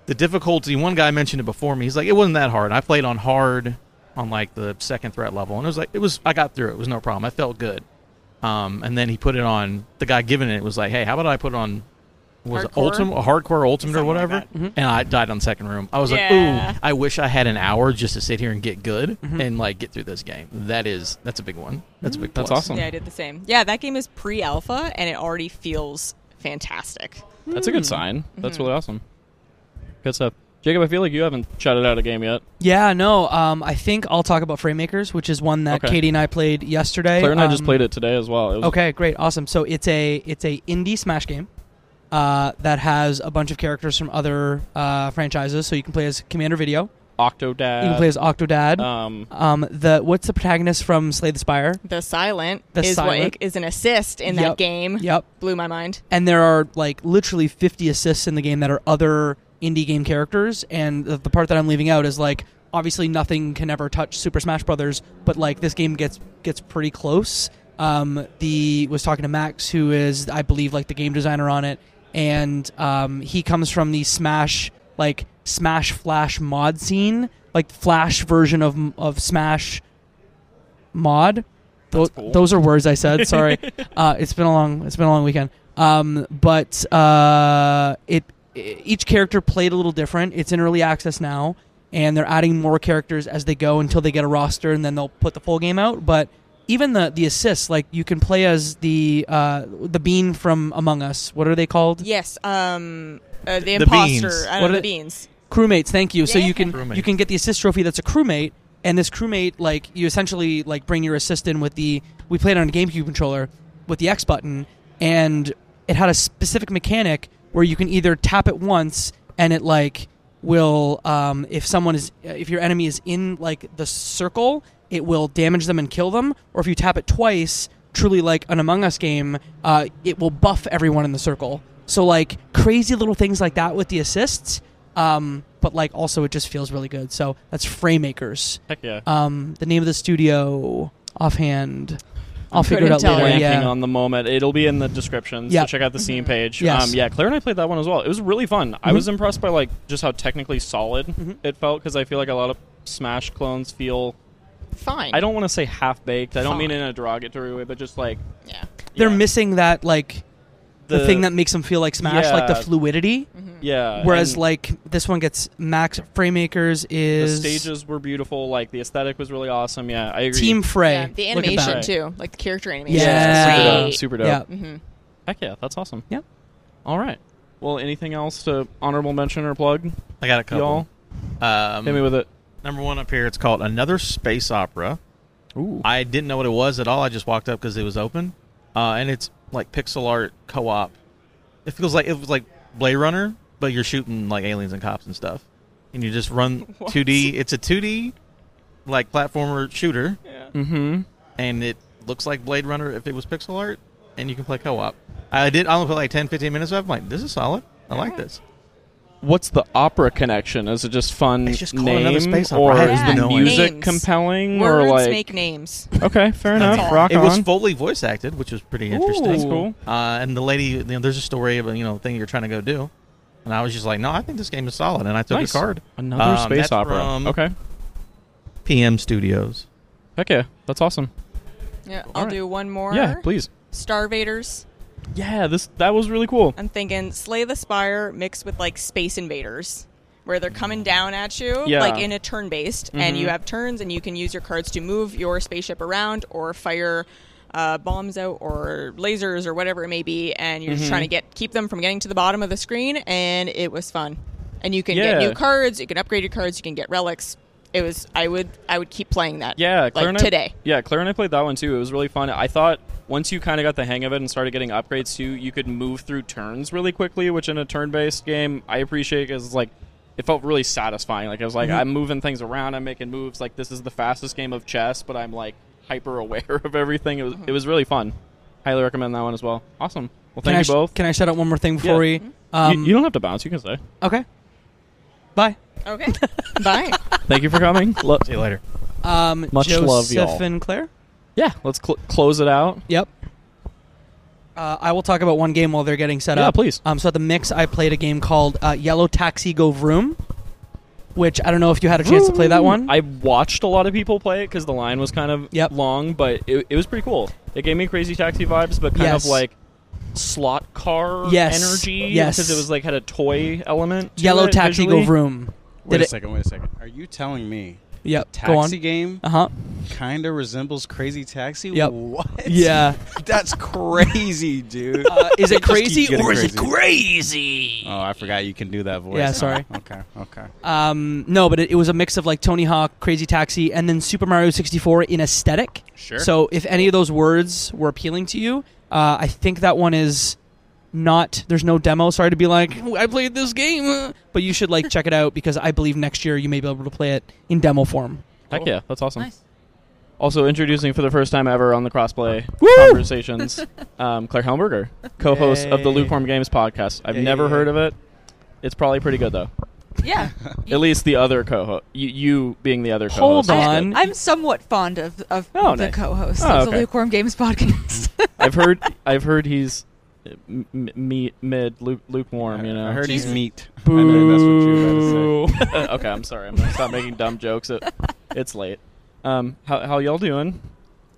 [SPEAKER 8] the difficulty, one guy mentioned it before me. He's like, it wasn't that hard. I played on hard on like the second threat level and it was like it was I got through it. It was no problem. I felt good. Um, and then he put it on the guy giving it was like, Hey, how about I put it on was it
[SPEAKER 9] Hardcore?
[SPEAKER 8] ultimate hardcore ultimate or
[SPEAKER 9] Something like
[SPEAKER 8] whatever?
[SPEAKER 9] that. Mm-hmm.
[SPEAKER 8] And I died on second room. I was
[SPEAKER 9] Yeah. Mm-hmm.
[SPEAKER 8] like, Ooh, I wish I had an hour just to sit here and get good and like get through this game. That is that's a big one. That's a big
[SPEAKER 1] That's
[SPEAKER 8] plus.
[SPEAKER 1] awesome.
[SPEAKER 9] Yeah, I did the same. Yeah, that game is pre-alpha and it already feels fantastic.
[SPEAKER 1] That's a good
[SPEAKER 9] Hmm.
[SPEAKER 1] sign. That's really awesome. Good stuff. Jacob, I feel like you haven't shouted out a game yet.
[SPEAKER 3] Yeah, no. Um, I think I'll talk about Framemakers, which is one that
[SPEAKER 1] Okay.
[SPEAKER 3] Katie and I played yesterday.
[SPEAKER 1] Claire and I just
[SPEAKER 3] Um,
[SPEAKER 1] played it today as well. It was
[SPEAKER 3] Okay, great, awesome. So it's a it's a indie Smash game uh, that has a bunch of characters from other uh, franchises. So you can play as Commander Video,
[SPEAKER 1] Octodad.
[SPEAKER 3] you can play as Octodad.
[SPEAKER 1] um,
[SPEAKER 3] um, the what's the protagonist from Slay the Spire?
[SPEAKER 9] The silent
[SPEAKER 3] The
[SPEAKER 9] is what
[SPEAKER 3] silent.
[SPEAKER 9] is an assist in
[SPEAKER 3] Yep.
[SPEAKER 9] that game.
[SPEAKER 3] Yep.
[SPEAKER 9] Blew my mind.
[SPEAKER 3] and there are like literally 50 assists in the game that are other indie game characters and the, the part that i'm leaving out is like obviously nothing can ever touch super smash brothers but like this game gets gets pretty close um, the was talking to max who is i believe like the game designer on it and um, he comes from the smash like smash flash mod scene like flash version of of smash mod. Those, those are words I said. Sorry, uh, it's been a long it's been a long weekend. Um, but uh, it i- each character played a little different. It's in early access now, and they're adding more characters as they go until they get a roster, and then they'll put the full game out. But even the the assists, like you can play as the uh, the bean from Among Us. What are they called?
[SPEAKER 9] Yes, um uh, the
[SPEAKER 8] The
[SPEAKER 9] imposter.
[SPEAKER 8] beans.
[SPEAKER 9] I don't
[SPEAKER 3] What
[SPEAKER 9] know,
[SPEAKER 3] are
[SPEAKER 9] the
[SPEAKER 3] they-
[SPEAKER 9] beans.
[SPEAKER 3] crewmates thank you so
[SPEAKER 9] Yeah.
[SPEAKER 3] you can
[SPEAKER 8] Crewmates.
[SPEAKER 3] you can get the assist trophy that's a crewmate and this crewmate like you essentially like bring your assist in with the we played on a gamecube controller with the x button and it had a specific mechanic where you can either tap it once and it like will um, if someone is if your enemy is in like the circle it will damage them and kill them or if you tap it twice truly like an among us game uh, it will buff everyone in the circle so like crazy little things like that with the assists um, but like also it just feels really good. So that's Fraymakers.
[SPEAKER 1] heck yeah.
[SPEAKER 3] Um, the name of the studio offhand, I'll figure it
[SPEAKER 9] Couldn't
[SPEAKER 3] out
[SPEAKER 9] tell
[SPEAKER 3] later.
[SPEAKER 1] Blanking
[SPEAKER 9] you.
[SPEAKER 3] Yeah.
[SPEAKER 1] on the moment. It'll be in the description.
[SPEAKER 3] Yeah. Mm-hmm.
[SPEAKER 1] So check out the Steam page.
[SPEAKER 3] Yes. Mm-hmm.
[SPEAKER 1] Um, yeah, Claire and I played that one as well. It was really fun. I was impressed by like just how technically solid it felt because I feel like a lot of Smash clones feel.
[SPEAKER 9] Fine.
[SPEAKER 1] I don't want to say half baked. I don't mean
[SPEAKER 9] Fine.
[SPEAKER 1] in a derogatory way, but just like
[SPEAKER 9] Yeah.
[SPEAKER 3] They're
[SPEAKER 1] yeah,
[SPEAKER 3] missing that like the,
[SPEAKER 1] The-
[SPEAKER 3] thing that makes them feel like Smash, like the
[SPEAKER 1] Yeah.
[SPEAKER 3] fluidity.
[SPEAKER 9] Mm-hmm.
[SPEAKER 1] yeah.
[SPEAKER 3] Whereas
[SPEAKER 1] and-
[SPEAKER 3] like this one gets Max Fraymakers
[SPEAKER 1] the
[SPEAKER 3] is
[SPEAKER 1] stages were beautiful. Like the aesthetic was really awesome. Yeah, I agree.
[SPEAKER 3] Team Frey.
[SPEAKER 9] Yeah, the
[SPEAKER 3] Look at that.
[SPEAKER 9] animation too, like the character animation. Mm-hmm.
[SPEAKER 3] Yeah.
[SPEAKER 1] super
[SPEAKER 3] Right.
[SPEAKER 1] dope. Super dope.
[SPEAKER 3] Yeah.
[SPEAKER 1] Heck yeah, that's awesome.
[SPEAKER 3] Yep.
[SPEAKER 1] All right. Well, anything else to honorable mention or plug,
[SPEAKER 8] I got a couple.
[SPEAKER 1] y'all?
[SPEAKER 8] Um,
[SPEAKER 1] Hit me with it.
[SPEAKER 8] Number one up here, it's called Another Space Opera.
[SPEAKER 1] Ooh.
[SPEAKER 8] I didn't know what it was at all. I just walked up because it was open, uh, and it's like pixel art co-op. It feels like it was like Blade Runner, but you're shooting like aliens and cops and stuff, and you just run 2D. It's a 2D like platformer shooter,
[SPEAKER 1] Mm-hmm.
[SPEAKER 8] and it looks like Blade Runner if it was pixel art, and you can play co-op. I did. I only put like 10, 15 minutes of. it. I'm like, this is solid. I like this.
[SPEAKER 1] What's the opera connection? Is it just fun
[SPEAKER 8] It's just called
[SPEAKER 1] name,
[SPEAKER 8] another space opera.
[SPEAKER 1] or
[SPEAKER 8] I
[SPEAKER 1] is
[SPEAKER 8] have
[SPEAKER 1] the
[SPEAKER 8] no idea.
[SPEAKER 1] music
[SPEAKER 9] Names.
[SPEAKER 1] compelling,
[SPEAKER 9] Words
[SPEAKER 1] or like
[SPEAKER 9] make names.
[SPEAKER 1] okay, fair enough.
[SPEAKER 9] all.
[SPEAKER 1] Rock
[SPEAKER 8] it
[SPEAKER 1] on.
[SPEAKER 8] was fully voice acted, which was pretty interesting.
[SPEAKER 1] That's cool.
[SPEAKER 8] Uh, and the lady, you know, there's a story about you know thing you're trying to go do, and I was just like, no, I think this game is solid, and I took
[SPEAKER 1] Nice.
[SPEAKER 8] a card.
[SPEAKER 1] Another
[SPEAKER 8] Um,
[SPEAKER 1] space
[SPEAKER 8] that's
[SPEAKER 1] opera.
[SPEAKER 8] from
[SPEAKER 1] okay.
[SPEAKER 8] PM Studios.
[SPEAKER 1] Heck yeah, that's awesome.
[SPEAKER 9] Yeah, I'll
[SPEAKER 1] Alright.
[SPEAKER 9] do one more.
[SPEAKER 1] Yeah, please.
[SPEAKER 9] Starvaders.
[SPEAKER 1] Yeah, this that was really cool.
[SPEAKER 9] I'm thinking Slay the Spire mixed with like Space Invaders. where they're coming down at you,
[SPEAKER 1] Yeah. Mm-hmm.
[SPEAKER 9] like in a turn based, and you have turns, and you can use your cards to move your spaceship around or fire uh, bombs out or lasers or whatever it may be, and you're
[SPEAKER 1] Mm-hmm.
[SPEAKER 9] just trying to get keep them from getting to the bottom of the screen. And it was fun, and you can get
[SPEAKER 1] Yeah.
[SPEAKER 9] new cards, you can upgrade your cards, you can get relics. It was I would I would keep playing that.
[SPEAKER 1] Yeah, Claire
[SPEAKER 9] like
[SPEAKER 1] and I-
[SPEAKER 9] today.
[SPEAKER 1] yeah, Claire and I played that one too. It was really fun. I thought once you kind of got the hang of it and started getting upgrades too, you could move through turns really quickly, which in a turn-based game I appreciate because like it felt really satisfying. Like I was like,
[SPEAKER 9] Mm-hmm.
[SPEAKER 1] I'm moving things around, I'm making moves. Like this is the fastest game of chess, but I'm like hyper aware of everything. It was
[SPEAKER 9] Mm-hmm.
[SPEAKER 1] it was really fun. Highly recommend that one as well. Awesome.
[SPEAKER 3] Can
[SPEAKER 1] Well, thank
[SPEAKER 3] I
[SPEAKER 1] you
[SPEAKER 3] sh-
[SPEAKER 1] both.
[SPEAKER 3] Can I shout out one more thing before
[SPEAKER 1] Yeah.
[SPEAKER 9] Mm-hmm.
[SPEAKER 1] Mm-hmm.
[SPEAKER 3] we?
[SPEAKER 1] you,
[SPEAKER 3] Um,
[SPEAKER 1] you don't have to bounce. You can stay.
[SPEAKER 3] okay. Bye.
[SPEAKER 9] Okay. Bye.
[SPEAKER 1] Thank you for coming. Lo-
[SPEAKER 8] See you later.
[SPEAKER 3] Um,
[SPEAKER 1] Much
[SPEAKER 3] Joseph
[SPEAKER 1] love, y'all.
[SPEAKER 3] and Claire.
[SPEAKER 1] yeah, let's cl- close it out.
[SPEAKER 3] Yep. Uh, I will talk about one game while they're getting set
[SPEAKER 1] Yeah,
[SPEAKER 3] up.
[SPEAKER 1] please.
[SPEAKER 3] Um, so at the mix, I played a game called uh, Yellow Taxi Go Vroom, which I don't know if you had a chance to play that one.
[SPEAKER 1] I watched a lot of people play it because the line was kind of
[SPEAKER 3] Yep.
[SPEAKER 1] long, but it, it was pretty cool. It gave me crazy taxi vibes, but kind
[SPEAKER 3] Yes.
[SPEAKER 1] of like slot car
[SPEAKER 3] Yes.
[SPEAKER 1] energy.
[SPEAKER 3] Yes.
[SPEAKER 1] because it was like had a toy element. to
[SPEAKER 3] Yellow
[SPEAKER 1] it
[SPEAKER 3] Taxi
[SPEAKER 1] visually.
[SPEAKER 3] Go Vroom.
[SPEAKER 2] Wait
[SPEAKER 3] Did
[SPEAKER 2] a
[SPEAKER 3] it-
[SPEAKER 2] second. Wait a second. Are you telling me
[SPEAKER 3] Yep. go on.
[SPEAKER 2] taxi game
[SPEAKER 3] Uh huh.
[SPEAKER 2] kind of resembles Crazy Taxi?
[SPEAKER 3] Yep.
[SPEAKER 2] What?
[SPEAKER 3] Yeah.
[SPEAKER 2] That's crazy, dude.
[SPEAKER 3] Uh, is it crazy
[SPEAKER 2] getting
[SPEAKER 3] or is it
[SPEAKER 2] crazier.
[SPEAKER 3] crazy?
[SPEAKER 2] oh, I forgot you can do that voice.
[SPEAKER 3] Yeah, sorry.
[SPEAKER 2] Oh, okay. Okay.
[SPEAKER 3] Um, no, but it, it was a mix of like Tony Hawk, Crazy Taxi, and then Super Mario 64 in aesthetic.
[SPEAKER 2] Sure.
[SPEAKER 3] So if any of those words were appealing to you, uh, I think that one is not. There's no demo. Sorry to be like, I played this game, uh," but you should like check it out because I believe next year you may be able to play it in demo form.
[SPEAKER 1] Heck yeah, that's awesome. Also introducing for the first time ever on the crossplay conversations, um, Claire Helmberger, co-host of the
[SPEAKER 3] Yay.
[SPEAKER 1] Lukewarm Games podcast. I've
[SPEAKER 2] Yay.
[SPEAKER 1] never heard of it. It's probably pretty good though.
[SPEAKER 7] Yeah.
[SPEAKER 1] At least the other co-host, you, you being the other
[SPEAKER 3] Hold
[SPEAKER 1] co-host. is
[SPEAKER 3] on.
[SPEAKER 1] good.
[SPEAKER 3] Fun.
[SPEAKER 7] I'm somewhat fond of, of
[SPEAKER 1] Oh,
[SPEAKER 7] the
[SPEAKER 1] nice.
[SPEAKER 7] co-host
[SPEAKER 1] Oh,
[SPEAKER 7] of the
[SPEAKER 1] okay.
[SPEAKER 7] Lukewarm Games podcast.
[SPEAKER 1] I've heard. I've heard he's uh, m- m- mid lu- lukewarm. You know.
[SPEAKER 2] I heard he's meat. I know that's what you were
[SPEAKER 1] Boo.
[SPEAKER 2] about to say.
[SPEAKER 1] okay, I'm sorry. I'm gonna stop making dumb jokes. It, it's late. Um, how how y'all doing?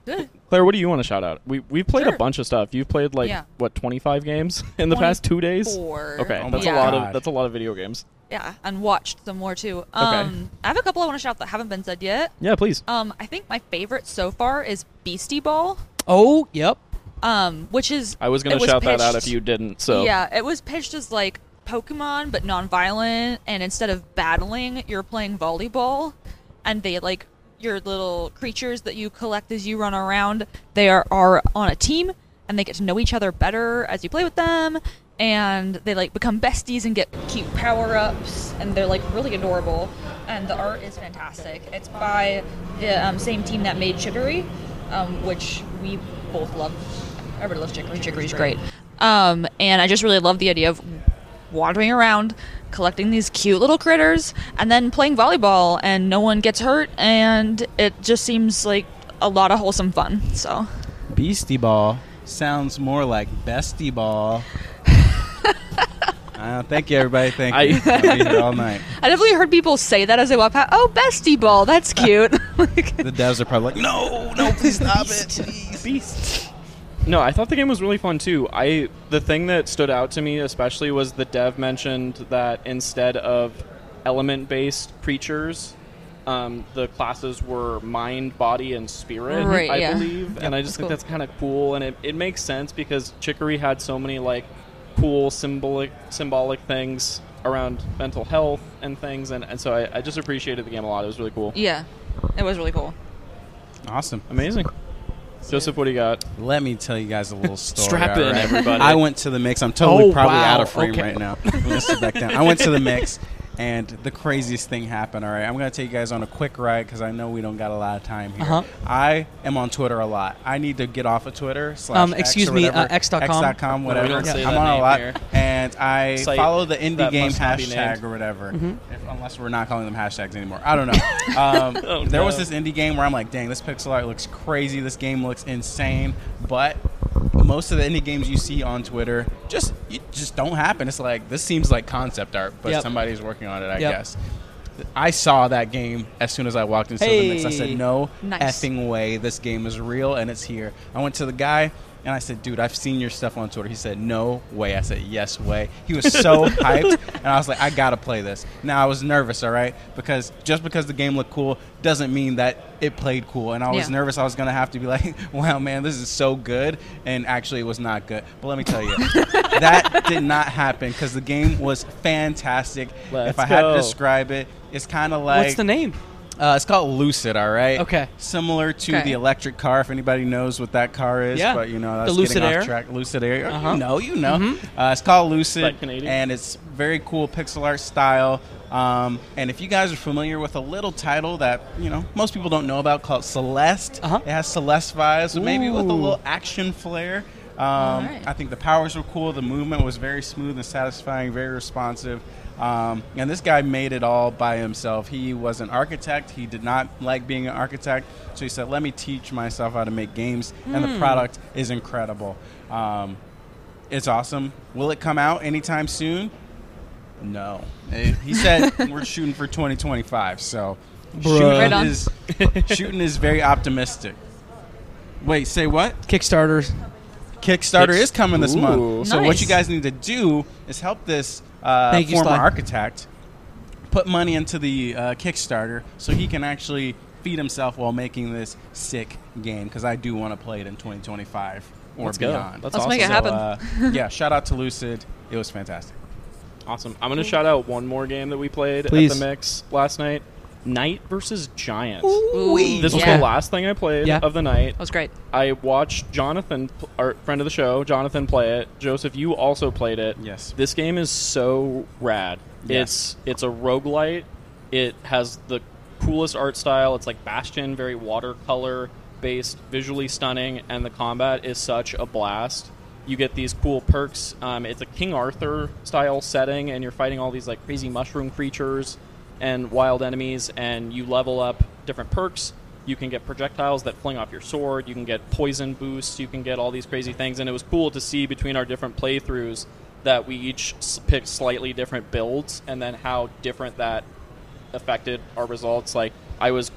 [SPEAKER 7] Good.
[SPEAKER 1] Claire, what do you want to shout out? We we played a
[SPEAKER 7] Sure.
[SPEAKER 1] bunch of stuff. You've played like
[SPEAKER 7] Yeah.
[SPEAKER 1] what 25 games in the past two days.
[SPEAKER 7] Four.
[SPEAKER 1] Okay,
[SPEAKER 2] Oh
[SPEAKER 1] that's
[SPEAKER 7] yeah.
[SPEAKER 1] a lot of
[SPEAKER 2] God.
[SPEAKER 1] that's a lot of video games.
[SPEAKER 7] Yeah, and watched some more too. Um, I have a couple I want to shout that haven't been said yet.
[SPEAKER 1] Yeah, please.
[SPEAKER 7] Um, I think my favorite so far is Beastie Ball,
[SPEAKER 3] Oh, yep.
[SPEAKER 7] um, which is
[SPEAKER 1] I was gonna
[SPEAKER 7] it was
[SPEAKER 1] shout that out if
[SPEAKER 7] pitched-
[SPEAKER 1] you didn't. So
[SPEAKER 7] Yeah, it was pitched as like Pokemon but non-violent, and instead of battling, you're playing volleyball, and they like your little creatures that you collect as you run around. They are are on a team, and they get to know each other better as you play with them, and they like become besties and get cute power ups, and they're like really adorable, and the art is fantastic. It's by the um, same team that made Chicory, um, which we both love. Everybody loves chicory. Chicory's great. Um, and I just really love the idea of wandering around, collecting these cute little critters, and then playing volleyball, and no one gets hurt, and it just seems like a lot of wholesome fun. So
[SPEAKER 2] Beastie Ball sounds more like Bestie Ball. uh, thank you, everybody. Thank
[SPEAKER 1] I-
[SPEAKER 2] you. I'll be here all night.
[SPEAKER 7] I definitely heard people say that as they walk past. Oh, bestie ball, that's cute. Like-
[SPEAKER 2] The devs are probably like, no, no, please stop it. Please.
[SPEAKER 1] No, I thought the game was really fun too. I the thing that stood out to me especially was the dev mentioned that instead of element-based creatures, um, the classes were mind, body, and spirit.
[SPEAKER 7] Right,
[SPEAKER 1] I
[SPEAKER 7] yeah.
[SPEAKER 1] believe, and I just
[SPEAKER 7] that's
[SPEAKER 1] think
[SPEAKER 7] cool.
[SPEAKER 1] that's kind of cool, and it, it makes sense because Chicory had so many like cool symbolic symbolic things around mental health and things, and, and so I, I just appreciated the game a lot. It was really cool,
[SPEAKER 7] yeah, it was really cool.
[SPEAKER 2] Awesome.
[SPEAKER 1] amazing. Joseph, what do you got?
[SPEAKER 2] Let me tell you guys a little story.
[SPEAKER 1] Strap
[SPEAKER 2] all
[SPEAKER 1] in,
[SPEAKER 2] right?
[SPEAKER 1] everybody.
[SPEAKER 2] I went to the mix. I'm totally
[SPEAKER 3] Oh,
[SPEAKER 2] probably
[SPEAKER 3] wow.
[SPEAKER 2] out of frame
[SPEAKER 3] Okay.
[SPEAKER 2] right now. I'm gonna sit back down. I went to the mix, and the craziest thing happened. All right, I'm gonna take you guys on a quick ride because I know we don't got a lot of time here.
[SPEAKER 3] Uh-huh.
[SPEAKER 2] I am on Twitter a lot. I need to get off of Twitter. Slash
[SPEAKER 3] Um,
[SPEAKER 2] X or
[SPEAKER 3] excuse me, uh,
[SPEAKER 2] whatever.
[SPEAKER 3] X.com.
[SPEAKER 2] X.com, whatever.
[SPEAKER 1] don't say
[SPEAKER 2] I'm
[SPEAKER 1] that
[SPEAKER 2] on a
[SPEAKER 1] name
[SPEAKER 2] lot,
[SPEAKER 1] here.
[SPEAKER 2] and I
[SPEAKER 1] Site
[SPEAKER 2] follow the indie
[SPEAKER 1] that
[SPEAKER 2] game
[SPEAKER 1] must not be named.
[SPEAKER 2] hashtag or whatever.
[SPEAKER 3] Mm-hmm.
[SPEAKER 2] If- unless we're not calling them hashtags anymore. I don't know. Um, there was
[SPEAKER 1] Oh, no.
[SPEAKER 2] this indie game where I'm like, dang, this pixel art looks crazy. This game looks insane. But most of the indie games you see on Twitter just you just don't happen. It's like this seems like concept art, but
[SPEAKER 3] Yep.
[SPEAKER 2] somebody's working on it. I
[SPEAKER 3] Yep.
[SPEAKER 2] guess. I saw that game as soon as I walked into the mix. I
[SPEAKER 3] Hey.
[SPEAKER 2] said, no
[SPEAKER 7] Nice.
[SPEAKER 2] effing way, this game is real and it's here. I went to the guy. And I said, dude, I've seen your stuff on Twitter. He said, no way. I said, yes way. He was so hyped. And I was like, I got to play this. Now, I was nervous, all right? Because just because the game looked cool doesn't mean that it played cool. And I was
[SPEAKER 7] Yeah.
[SPEAKER 2] nervous I was going to have to be like, wow, man, this is so good. And actually, it was not good. But let me tell you, that did not happen because the game was fantastic.
[SPEAKER 1] Let's
[SPEAKER 2] if I had
[SPEAKER 1] go.
[SPEAKER 2] to describe it, it's kind of like.
[SPEAKER 3] What's the name?
[SPEAKER 2] Uh, it's called Lucid, all right?
[SPEAKER 3] Okay.
[SPEAKER 2] Similar to
[SPEAKER 7] Okay.
[SPEAKER 2] the electric car, if anybody knows what that car is.
[SPEAKER 3] Yeah.
[SPEAKER 2] But, you know, that's
[SPEAKER 3] The Lucid
[SPEAKER 2] getting off
[SPEAKER 3] Air.
[SPEAKER 2] track. Lucid Air.
[SPEAKER 3] Uh-huh. Mm-hmm.
[SPEAKER 2] You know, you know. Uh, it's called Lucid.
[SPEAKER 1] Like Canadian?
[SPEAKER 2] And it's very cool pixel art style. Um, and if you guys are familiar with a little title that, you know, most people don't know about called Celeste,
[SPEAKER 3] Uh-huh.
[SPEAKER 2] it has Celeste vibes, but maybe with a
[SPEAKER 3] Ooh.
[SPEAKER 2] little action flair. Um,
[SPEAKER 7] right.
[SPEAKER 2] I think the powers were cool. The movement was very smooth and satisfying, very responsive. Um, and this guy made it all by himself. He was an architect. He did not like being an architect, so he said, "Let me teach myself how to make games." And
[SPEAKER 7] Hmm.
[SPEAKER 2] the product is incredible. Um, it's awesome. Will it come out anytime soon? No. Eh, He said we're shooting for 2025. So shooting
[SPEAKER 7] Right on.
[SPEAKER 2] is shooting is very optimistic. Wait, say what?
[SPEAKER 3] Kickstarters.
[SPEAKER 2] Kickstarter
[SPEAKER 1] Kicks-
[SPEAKER 2] is coming this
[SPEAKER 1] Ooh.
[SPEAKER 2] month. So what
[SPEAKER 7] Nice.
[SPEAKER 2] you guys need to do is help this uh,
[SPEAKER 3] Thank you,
[SPEAKER 2] former
[SPEAKER 3] Sly.
[SPEAKER 2] architect put money into the uh, Kickstarter so he can actually feed himself while making this sick game because I do want to play it in 2025 or
[SPEAKER 1] Let's go.
[SPEAKER 2] beyond.
[SPEAKER 1] That's
[SPEAKER 7] Let's make
[SPEAKER 2] So,
[SPEAKER 7] it happen.
[SPEAKER 2] uh, yeah, shout out to Lucid. It was fantastic.
[SPEAKER 1] Awesome. I'm gonna shout out one more game that we played
[SPEAKER 3] Please.
[SPEAKER 1] at the mix last night. Knight versus Giant.
[SPEAKER 7] Ooh,
[SPEAKER 1] This was
[SPEAKER 7] yeah.
[SPEAKER 1] the last thing I played
[SPEAKER 3] Yeah.
[SPEAKER 1] of the night.
[SPEAKER 7] That was great.
[SPEAKER 1] I watched Jonathan, pl- our friend of the show, Jonathan play it. Joseph, you also played it.
[SPEAKER 2] Yes.
[SPEAKER 1] This game is so rad.
[SPEAKER 2] Yes.
[SPEAKER 1] It's it's a roguelite. It has the coolest art style. It's like Bastion, very watercolor based, visually stunning, and the combat is such a blast. You get these cool perks. Um, it's a King Arthur style setting, and you're fighting all these like crazy mushroom creatures and wild enemies, and you level up different perks. You can get projectiles that fling off your sword. You can get poison boosts. You can get all these crazy things. And it was cool to see between our different playthroughs that we each s- picked slightly different builds, and then how different that affected our results. Like I was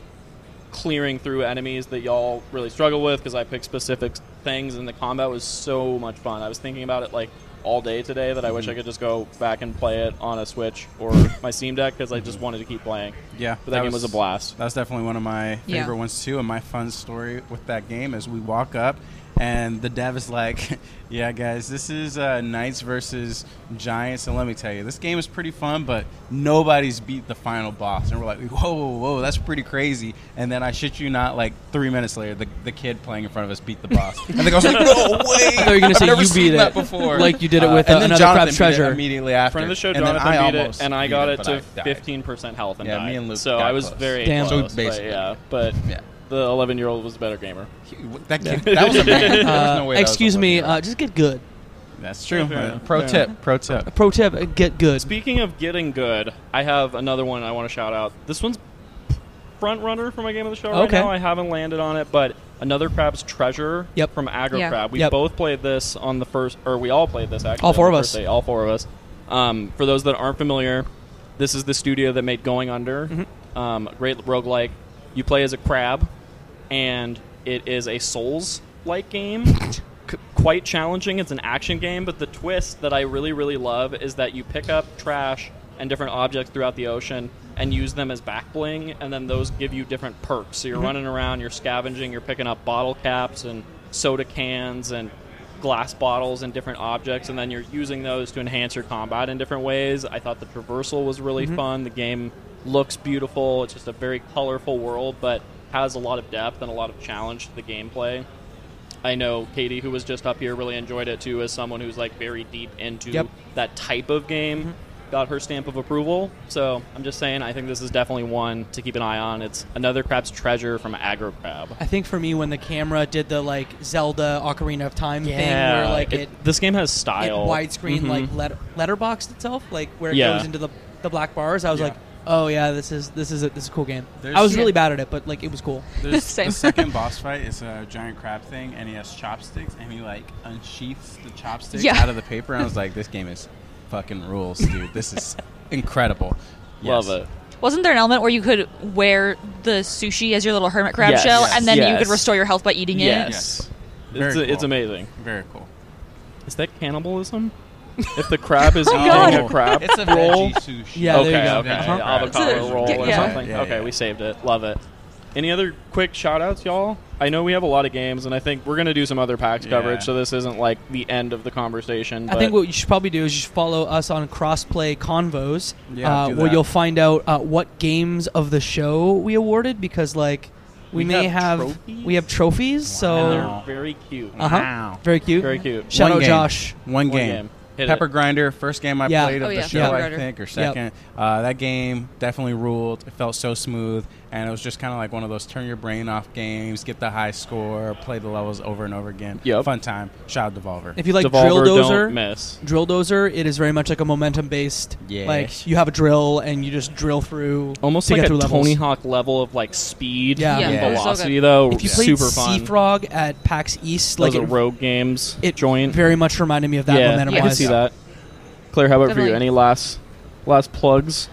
[SPEAKER 1] clearing through enemies that y'all really struggle with because I picked specific things, and the combat was so much fun. I was thinking about it like all day today that I wish I could just go back and play it on a Switch or my Steam Deck because I just wanted to keep playing.
[SPEAKER 2] Yeah,
[SPEAKER 1] but Mhm. that, game was a blast.
[SPEAKER 2] That was definitely one of my
[SPEAKER 7] Yeah.
[SPEAKER 2] favorite ones too. And my fun story with that game is we walk up, and the dev is like, "Yeah, guys, this is uh, Knights versus Giants, and let me tell you, this game is pretty fun, but nobody's beat the final boss." And we're like, "Whoa, whoa, whoa, that's pretty crazy!" And then I shit you not, like three minutes later, the, the kid playing in front of us beat the boss. I think I was like, "No way!"
[SPEAKER 3] I thought you were gonna
[SPEAKER 2] I've
[SPEAKER 3] say
[SPEAKER 2] never
[SPEAKER 3] you
[SPEAKER 2] seen
[SPEAKER 3] beat
[SPEAKER 2] that
[SPEAKER 3] it,
[SPEAKER 2] before,
[SPEAKER 3] like you did it with,
[SPEAKER 2] and
[SPEAKER 3] uh,
[SPEAKER 2] then
[SPEAKER 3] another
[SPEAKER 2] Jonathan
[SPEAKER 3] Crab's
[SPEAKER 2] beat it
[SPEAKER 3] Treasure.
[SPEAKER 2] immediately after.
[SPEAKER 1] Friend of the show,
[SPEAKER 2] and then
[SPEAKER 1] Jonathan
[SPEAKER 2] I
[SPEAKER 1] beat it,
[SPEAKER 2] almost
[SPEAKER 1] and I
[SPEAKER 2] beat
[SPEAKER 1] got it,
[SPEAKER 2] but
[SPEAKER 1] to
[SPEAKER 2] I died.
[SPEAKER 1] 15% health and
[SPEAKER 2] Yeah,
[SPEAKER 1] died.
[SPEAKER 2] me and Luke
[SPEAKER 1] so
[SPEAKER 2] got
[SPEAKER 1] I was
[SPEAKER 2] close.
[SPEAKER 1] very
[SPEAKER 3] Damn.
[SPEAKER 2] So
[SPEAKER 1] close, but
[SPEAKER 2] basically-
[SPEAKER 1] yeah, but
[SPEAKER 2] Yeah.
[SPEAKER 1] the 11 year old was a better gamer.
[SPEAKER 2] That, kid, that was a man. There was
[SPEAKER 3] Uh,
[SPEAKER 2] no way that was
[SPEAKER 3] excuse
[SPEAKER 2] a
[SPEAKER 3] me.
[SPEAKER 2] woman.
[SPEAKER 3] Uh, just get good.
[SPEAKER 2] That's true.
[SPEAKER 1] Fair enough.
[SPEAKER 2] Pro
[SPEAKER 1] Fair
[SPEAKER 2] tip. Pro tip.
[SPEAKER 3] Pro tip: uh, get good.
[SPEAKER 1] Speaking of getting good, I have another one I want to shout out. This one's front runner for my game of the show right
[SPEAKER 3] Okay.
[SPEAKER 1] now. I haven't landed on it, but another crab's treasure
[SPEAKER 3] Yep.
[SPEAKER 1] from Agro
[SPEAKER 7] Yeah.
[SPEAKER 1] Crab. We
[SPEAKER 3] Yep.
[SPEAKER 1] both played this on the first, or we all played this actually.
[SPEAKER 3] All four
[SPEAKER 1] on the
[SPEAKER 3] of
[SPEAKER 1] first
[SPEAKER 3] us.
[SPEAKER 1] day, all four of us. Um, for those that aren't familiar, this is the studio that made Going Under,
[SPEAKER 3] Mm-hmm.
[SPEAKER 1] um, a great roguelike. You play as a crab, and it is a Souls-like game. C- quite challenging. It's an action game, but the twist that I really, really love is that you pick up trash and different objects throughout the ocean and use them as back bling, and then those give you different perks. So you're
[SPEAKER 3] Mm-hmm.
[SPEAKER 1] running around, you're scavenging, you're picking up bottle caps and soda cans and glass bottles and different objects, and then you're using those to enhance your combat in different ways. I thought the traversal was really fun. The game looks beautiful. It's just a very colorful world, but has a lot of depth and a lot of challenge to the gameplay. I know Katie, who was just up here, really enjoyed it too, as someone who's like very deep into
[SPEAKER 3] Yep.
[SPEAKER 1] that type of game. Got her stamp of approval. So I'm just saying, I think this is definitely one to keep an eye on. It's another Crab's Treasure from Agro Crab.
[SPEAKER 3] I think for me, when the camera did the like Zelda Ocarina of Time thing, where like it,
[SPEAKER 1] this game has
[SPEAKER 3] it
[SPEAKER 1] style.
[SPEAKER 3] widescreen
[SPEAKER 1] Mhm.
[SPEAKER 3] like letter, letterboxed itself, like where it
[SPEAKER 1] Yeah.
[SPEAKER 3] goes into the the black bars. I was
[SPEAKER 2] Yeah.
[SPEAKER 3] like, oh yeah, this is this is a, this is a cool game.
[SPEAKER 2] There's-
[SPEAKER 3] I was
[SPEAKER 2] Yeah.
[SPEAKER 3] really bad at it, but like it was cool.
[SPEAKER 2] There's
[SPEAKER 7] Same.
[SPEAKER 2] the second boss fight is a giant crab thing, and he has chopsticks, and he like unsheaths the chopsticks
[SPEAKER 7] Yeah.
[SPEAKER 2] out of the paper. And I was like, this game is fucking rules, dude. This is incredible.
[SPEAKER 1] Love
[SPEAKER 2] Yes.
[SPEAKER 1] it.
[SPEAKER 7] Wasn't there an element where you could wear the sushi as your little hermit crab
[SPEAKER 1] Yes.
[SPEAKER 7] shell, and then you
[SPEAKER 1] Yes.
[SPEAKER 7] could restore your health by eating
[SPEAKER 1] Yes.
[SPEAKER 7] it?
[SPEAKER 1] It's,
[SPEAKER 2] Very
[SPEAKER 1] it's
[SPEAKER 2] cool.
[SPEAKER 1] amazing.
[SPEAKER 2] Very cool.
[SPEAKER 1] Is that cannibalism? if the crab
[SPEAKER 3] Oh
[SPEAKER 1] is eating
[SPEAKER 2] God.
[SPEAKER 1] a crab
[SPEAKER 2] It's a
[SPEAKER 1] roll,
[SPEAKER 2] veggie sushi.
[SPEAKER 3] Yeah, there you
[SPEAKER 1] okay,
[SPEAKER 3] go.
[SPEAKER 1] okay,
[SPEAKER 2] Uh-huh.
[SPEAKER 1] avocado
[SPEAKER 7] It's a-
[SPEAKER 1] roll or
[SPEAKER 7] yeah.
[SPEAKER 1] something.
[SPEAKER 2] Yeah, yeah,
[SPEAKER 1] okay,
[SPEAKER 2] yeah.
[SPEAKER 1] we saved it. Love it. Any other quick shout outs, y'all? I know we have a lot of games, and I think we're gonna do some other PAX
[SPEAKER 2] Yeah.
[SPEAKER 1] coverage, so this isn't like the end of the conversation.
[SPEAKER 3] I
[SPEAKER 1] but-
[SPEAKER 3] think what you should probably do is you should follow us on crossplay convos,
[SPEAKER 2] Yeah,
[SPEAKER 3] uh,
[SPEAKER 2] do
[SPEAKER 3] where
[SPEAKER 2] that.
[SPEAKER 3] you'll find out uh, what games of the show we awarded because like we,
[SPEAKER 2] We
[SPEAKER 3] may
[SPEAKER 2] have
[SPEAKER 3] have
[SPEAKER 2] trophies?
[SPEAKER 3] we have trophies.
[SPEAKER 1] and
[SPEAKER 3] So
[SPEAKER 1] they're very cute.
[SPEAKER 3] uh-huh.
[SPEAKER 2] Wow.
[SPEAKER 3] very cute,
[SPEAKER 1] Very cute.
[SPEAKER 3] Shout
[SPEAKER 2] One
[SPEAKER 3] out
[SPEAKER 2] game.
[SPEAKER 3] Josh.
[SPEAKER 2] One
[SPEAKER 1] One
[SPEAKER 2] game.
[SPEAKER 1] Hit
[SPEAKER 2] Pepper
[SPEAKER 1] it.
[SPEAKER 2] Grinder, first game I
[SPEAKER 3] Yeah.
[SPEAKER 2] played of
[SPEAKER 7] Oh,
[SPEAKER 2] the
[SPEAKER 7] yeah,
[SPEAKER 2] show,
[SPEAKER 3] Pepper
[SPEAKER 2] I
[SPEAKER 7] Grinder.
[SPEAKER 2] think, or second. Uh, that game definitely ruled. It felt so smooth, and it was just kind of like one of those turn your brain off games, get the high score, play the levels over and over again.
[SPEAKER 1] Yep.
[SPEAKER 2] Fun time. Shout out Devolver.
[SPEAKER 3] If you like
[SPEAKER 1] Devolver,
[SPEAKER 3] drill dozer,
[SPEAKER 1] don't miss.
[SPEAKER 3] drill dozer, it is very much like a momentum based.
[SPEAKER 2] Yes.
[SPEAKER 3] Like you have a drill and you just drill through
[SPEAKER 1] Almost
[SPEAKER 3] to
[SPEAKER 1] like
[SPEAKER 3] get
[SPEAKER 1] a
[SPEAKER 3] through levels.
[SPEAKER 1] Tony Hawk level of like speed
[SPEAKER 3] Yeah.
[SPEAKER 1] and
[SPEAKER 2] Yeah. Yeah.
[SPEAKER 1] velocity,
[SPEAKER 7] So
[SPEAKER 1] though.
[SPEAKER 3] If you played
[SPEAKER 1] super fun.
[SPEAKER 3] Sea Frog at PAX East, like
[SPEAKER 1] Those are
[SPEAKER 3] it,
[SPEAKER 1] rogue games.
[SPEAKER 3] it
[SPEAKER 1] joint.
[SPEAKER 3] very much reminded me of that
[SPEAKER 1] yeah,
[SPEAKER 3] momentum
[SPEAKER 1] I can
[SPEAKER 3] wise.
[SPEAKER 1] see that. Claire, how about for you?
[SPEAKER 7] Definitely.
[SPEAKER 1] Any last last plugs?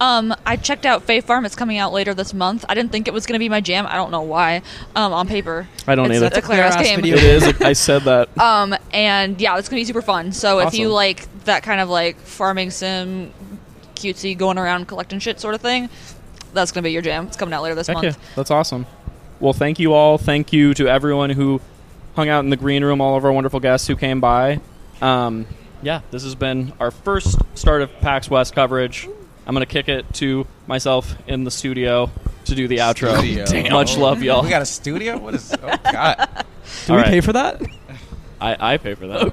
[SPEAKER 7] Um, I checked out Fae Farm. It's coming out later this month. I didn't think it was going to be my jam. I don't know why. Um, on paper,
[SPEAKER 1] I don't
[SPEAKER 7] it's,
[SPEAKER 1] either.
[SPEAKER 7] It's a clear ass
[SPEAKER 3] That's a
[SPEAKER 7] game.
[SPEAKER 3] clear-ass
[SPEAKER 1] It is. I said that.
[SPEAKER 7] Um, and yeah, it's gonna be super fun. So if you
[SPEAKER 2] Awesome.
[SPEAKER 7] like that kind of like farming sim, cutesy going around collecting shit sort of thing, that's gonna be your jam. It's coming out later this
[SPEAKER 1] Heck
[SPEAKER 7] month.
[SPEAKER 1] yeah, that's awesome. Well, thank you all. Thank you to everyone who hung out in the green room. All of our wonderful guests who came by. Um, yeah, this has been our first start of PAX West coverage. I'm gonna kick it to myself in the studio to do the outro.
[SPEAKER 5] Studio. Damn.
[SPEAKER 1] Much love, y'all.
[SPEAKER 2] we got a studio? What is. Oh, God.
[SPEAKER 3] Do
[SPEAKER 1] All
[SPEAKER 3] we
[SPEAKER 1] right.
[SPEAKER 3] pay for that?
[SPEAKER 1] I, I pay for that.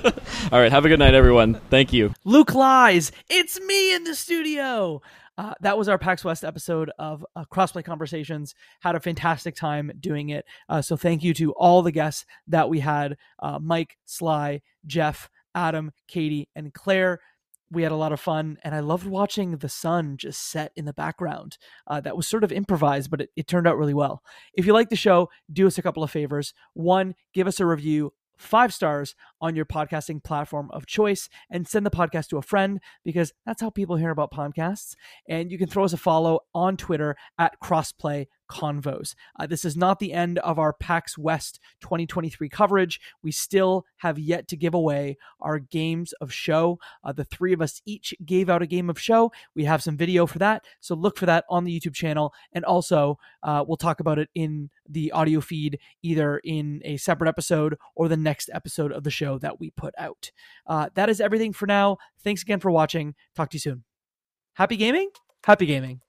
[SPEAKER 1] But all right, have a good night, everyone. Thank you.
[SPEAKER 3] Luke lies. It's me in the studio. Uh, that was our PAX West episode of uh, Crossplay Conversations. Had a fantastic time doing it. Uh, so thank you to all the guests that we had: uh, Mike, Sly, Jeff, Adam, Katie, and Claire. We had a lot of fun, and I loved watching the sun just set in the background. Uh, that was sort of improvised, but it, it turned out really well. If you like the show, do us a couple of favors. One, give us a review, five stars on your podcasting platform of choice and send the podcast to a friend because that's how people hear about podcasts. And you can throw us a follow on Twitter at Crossplay Convos. Uh, this is not the end of our PAX West 2023 coverage. We still have yet to give away our games of show. Uh, the three of us each gave out a game of show. We have some video for that. So look for that on the YouTube channel. And also, uh, we'll talk about it in the audio feed, either in a separate episode or the next episode of the show that we put out. Uh, that is everything for now. Thanks again for watching. Talk to you soon. Happy gaming. Happy gaming.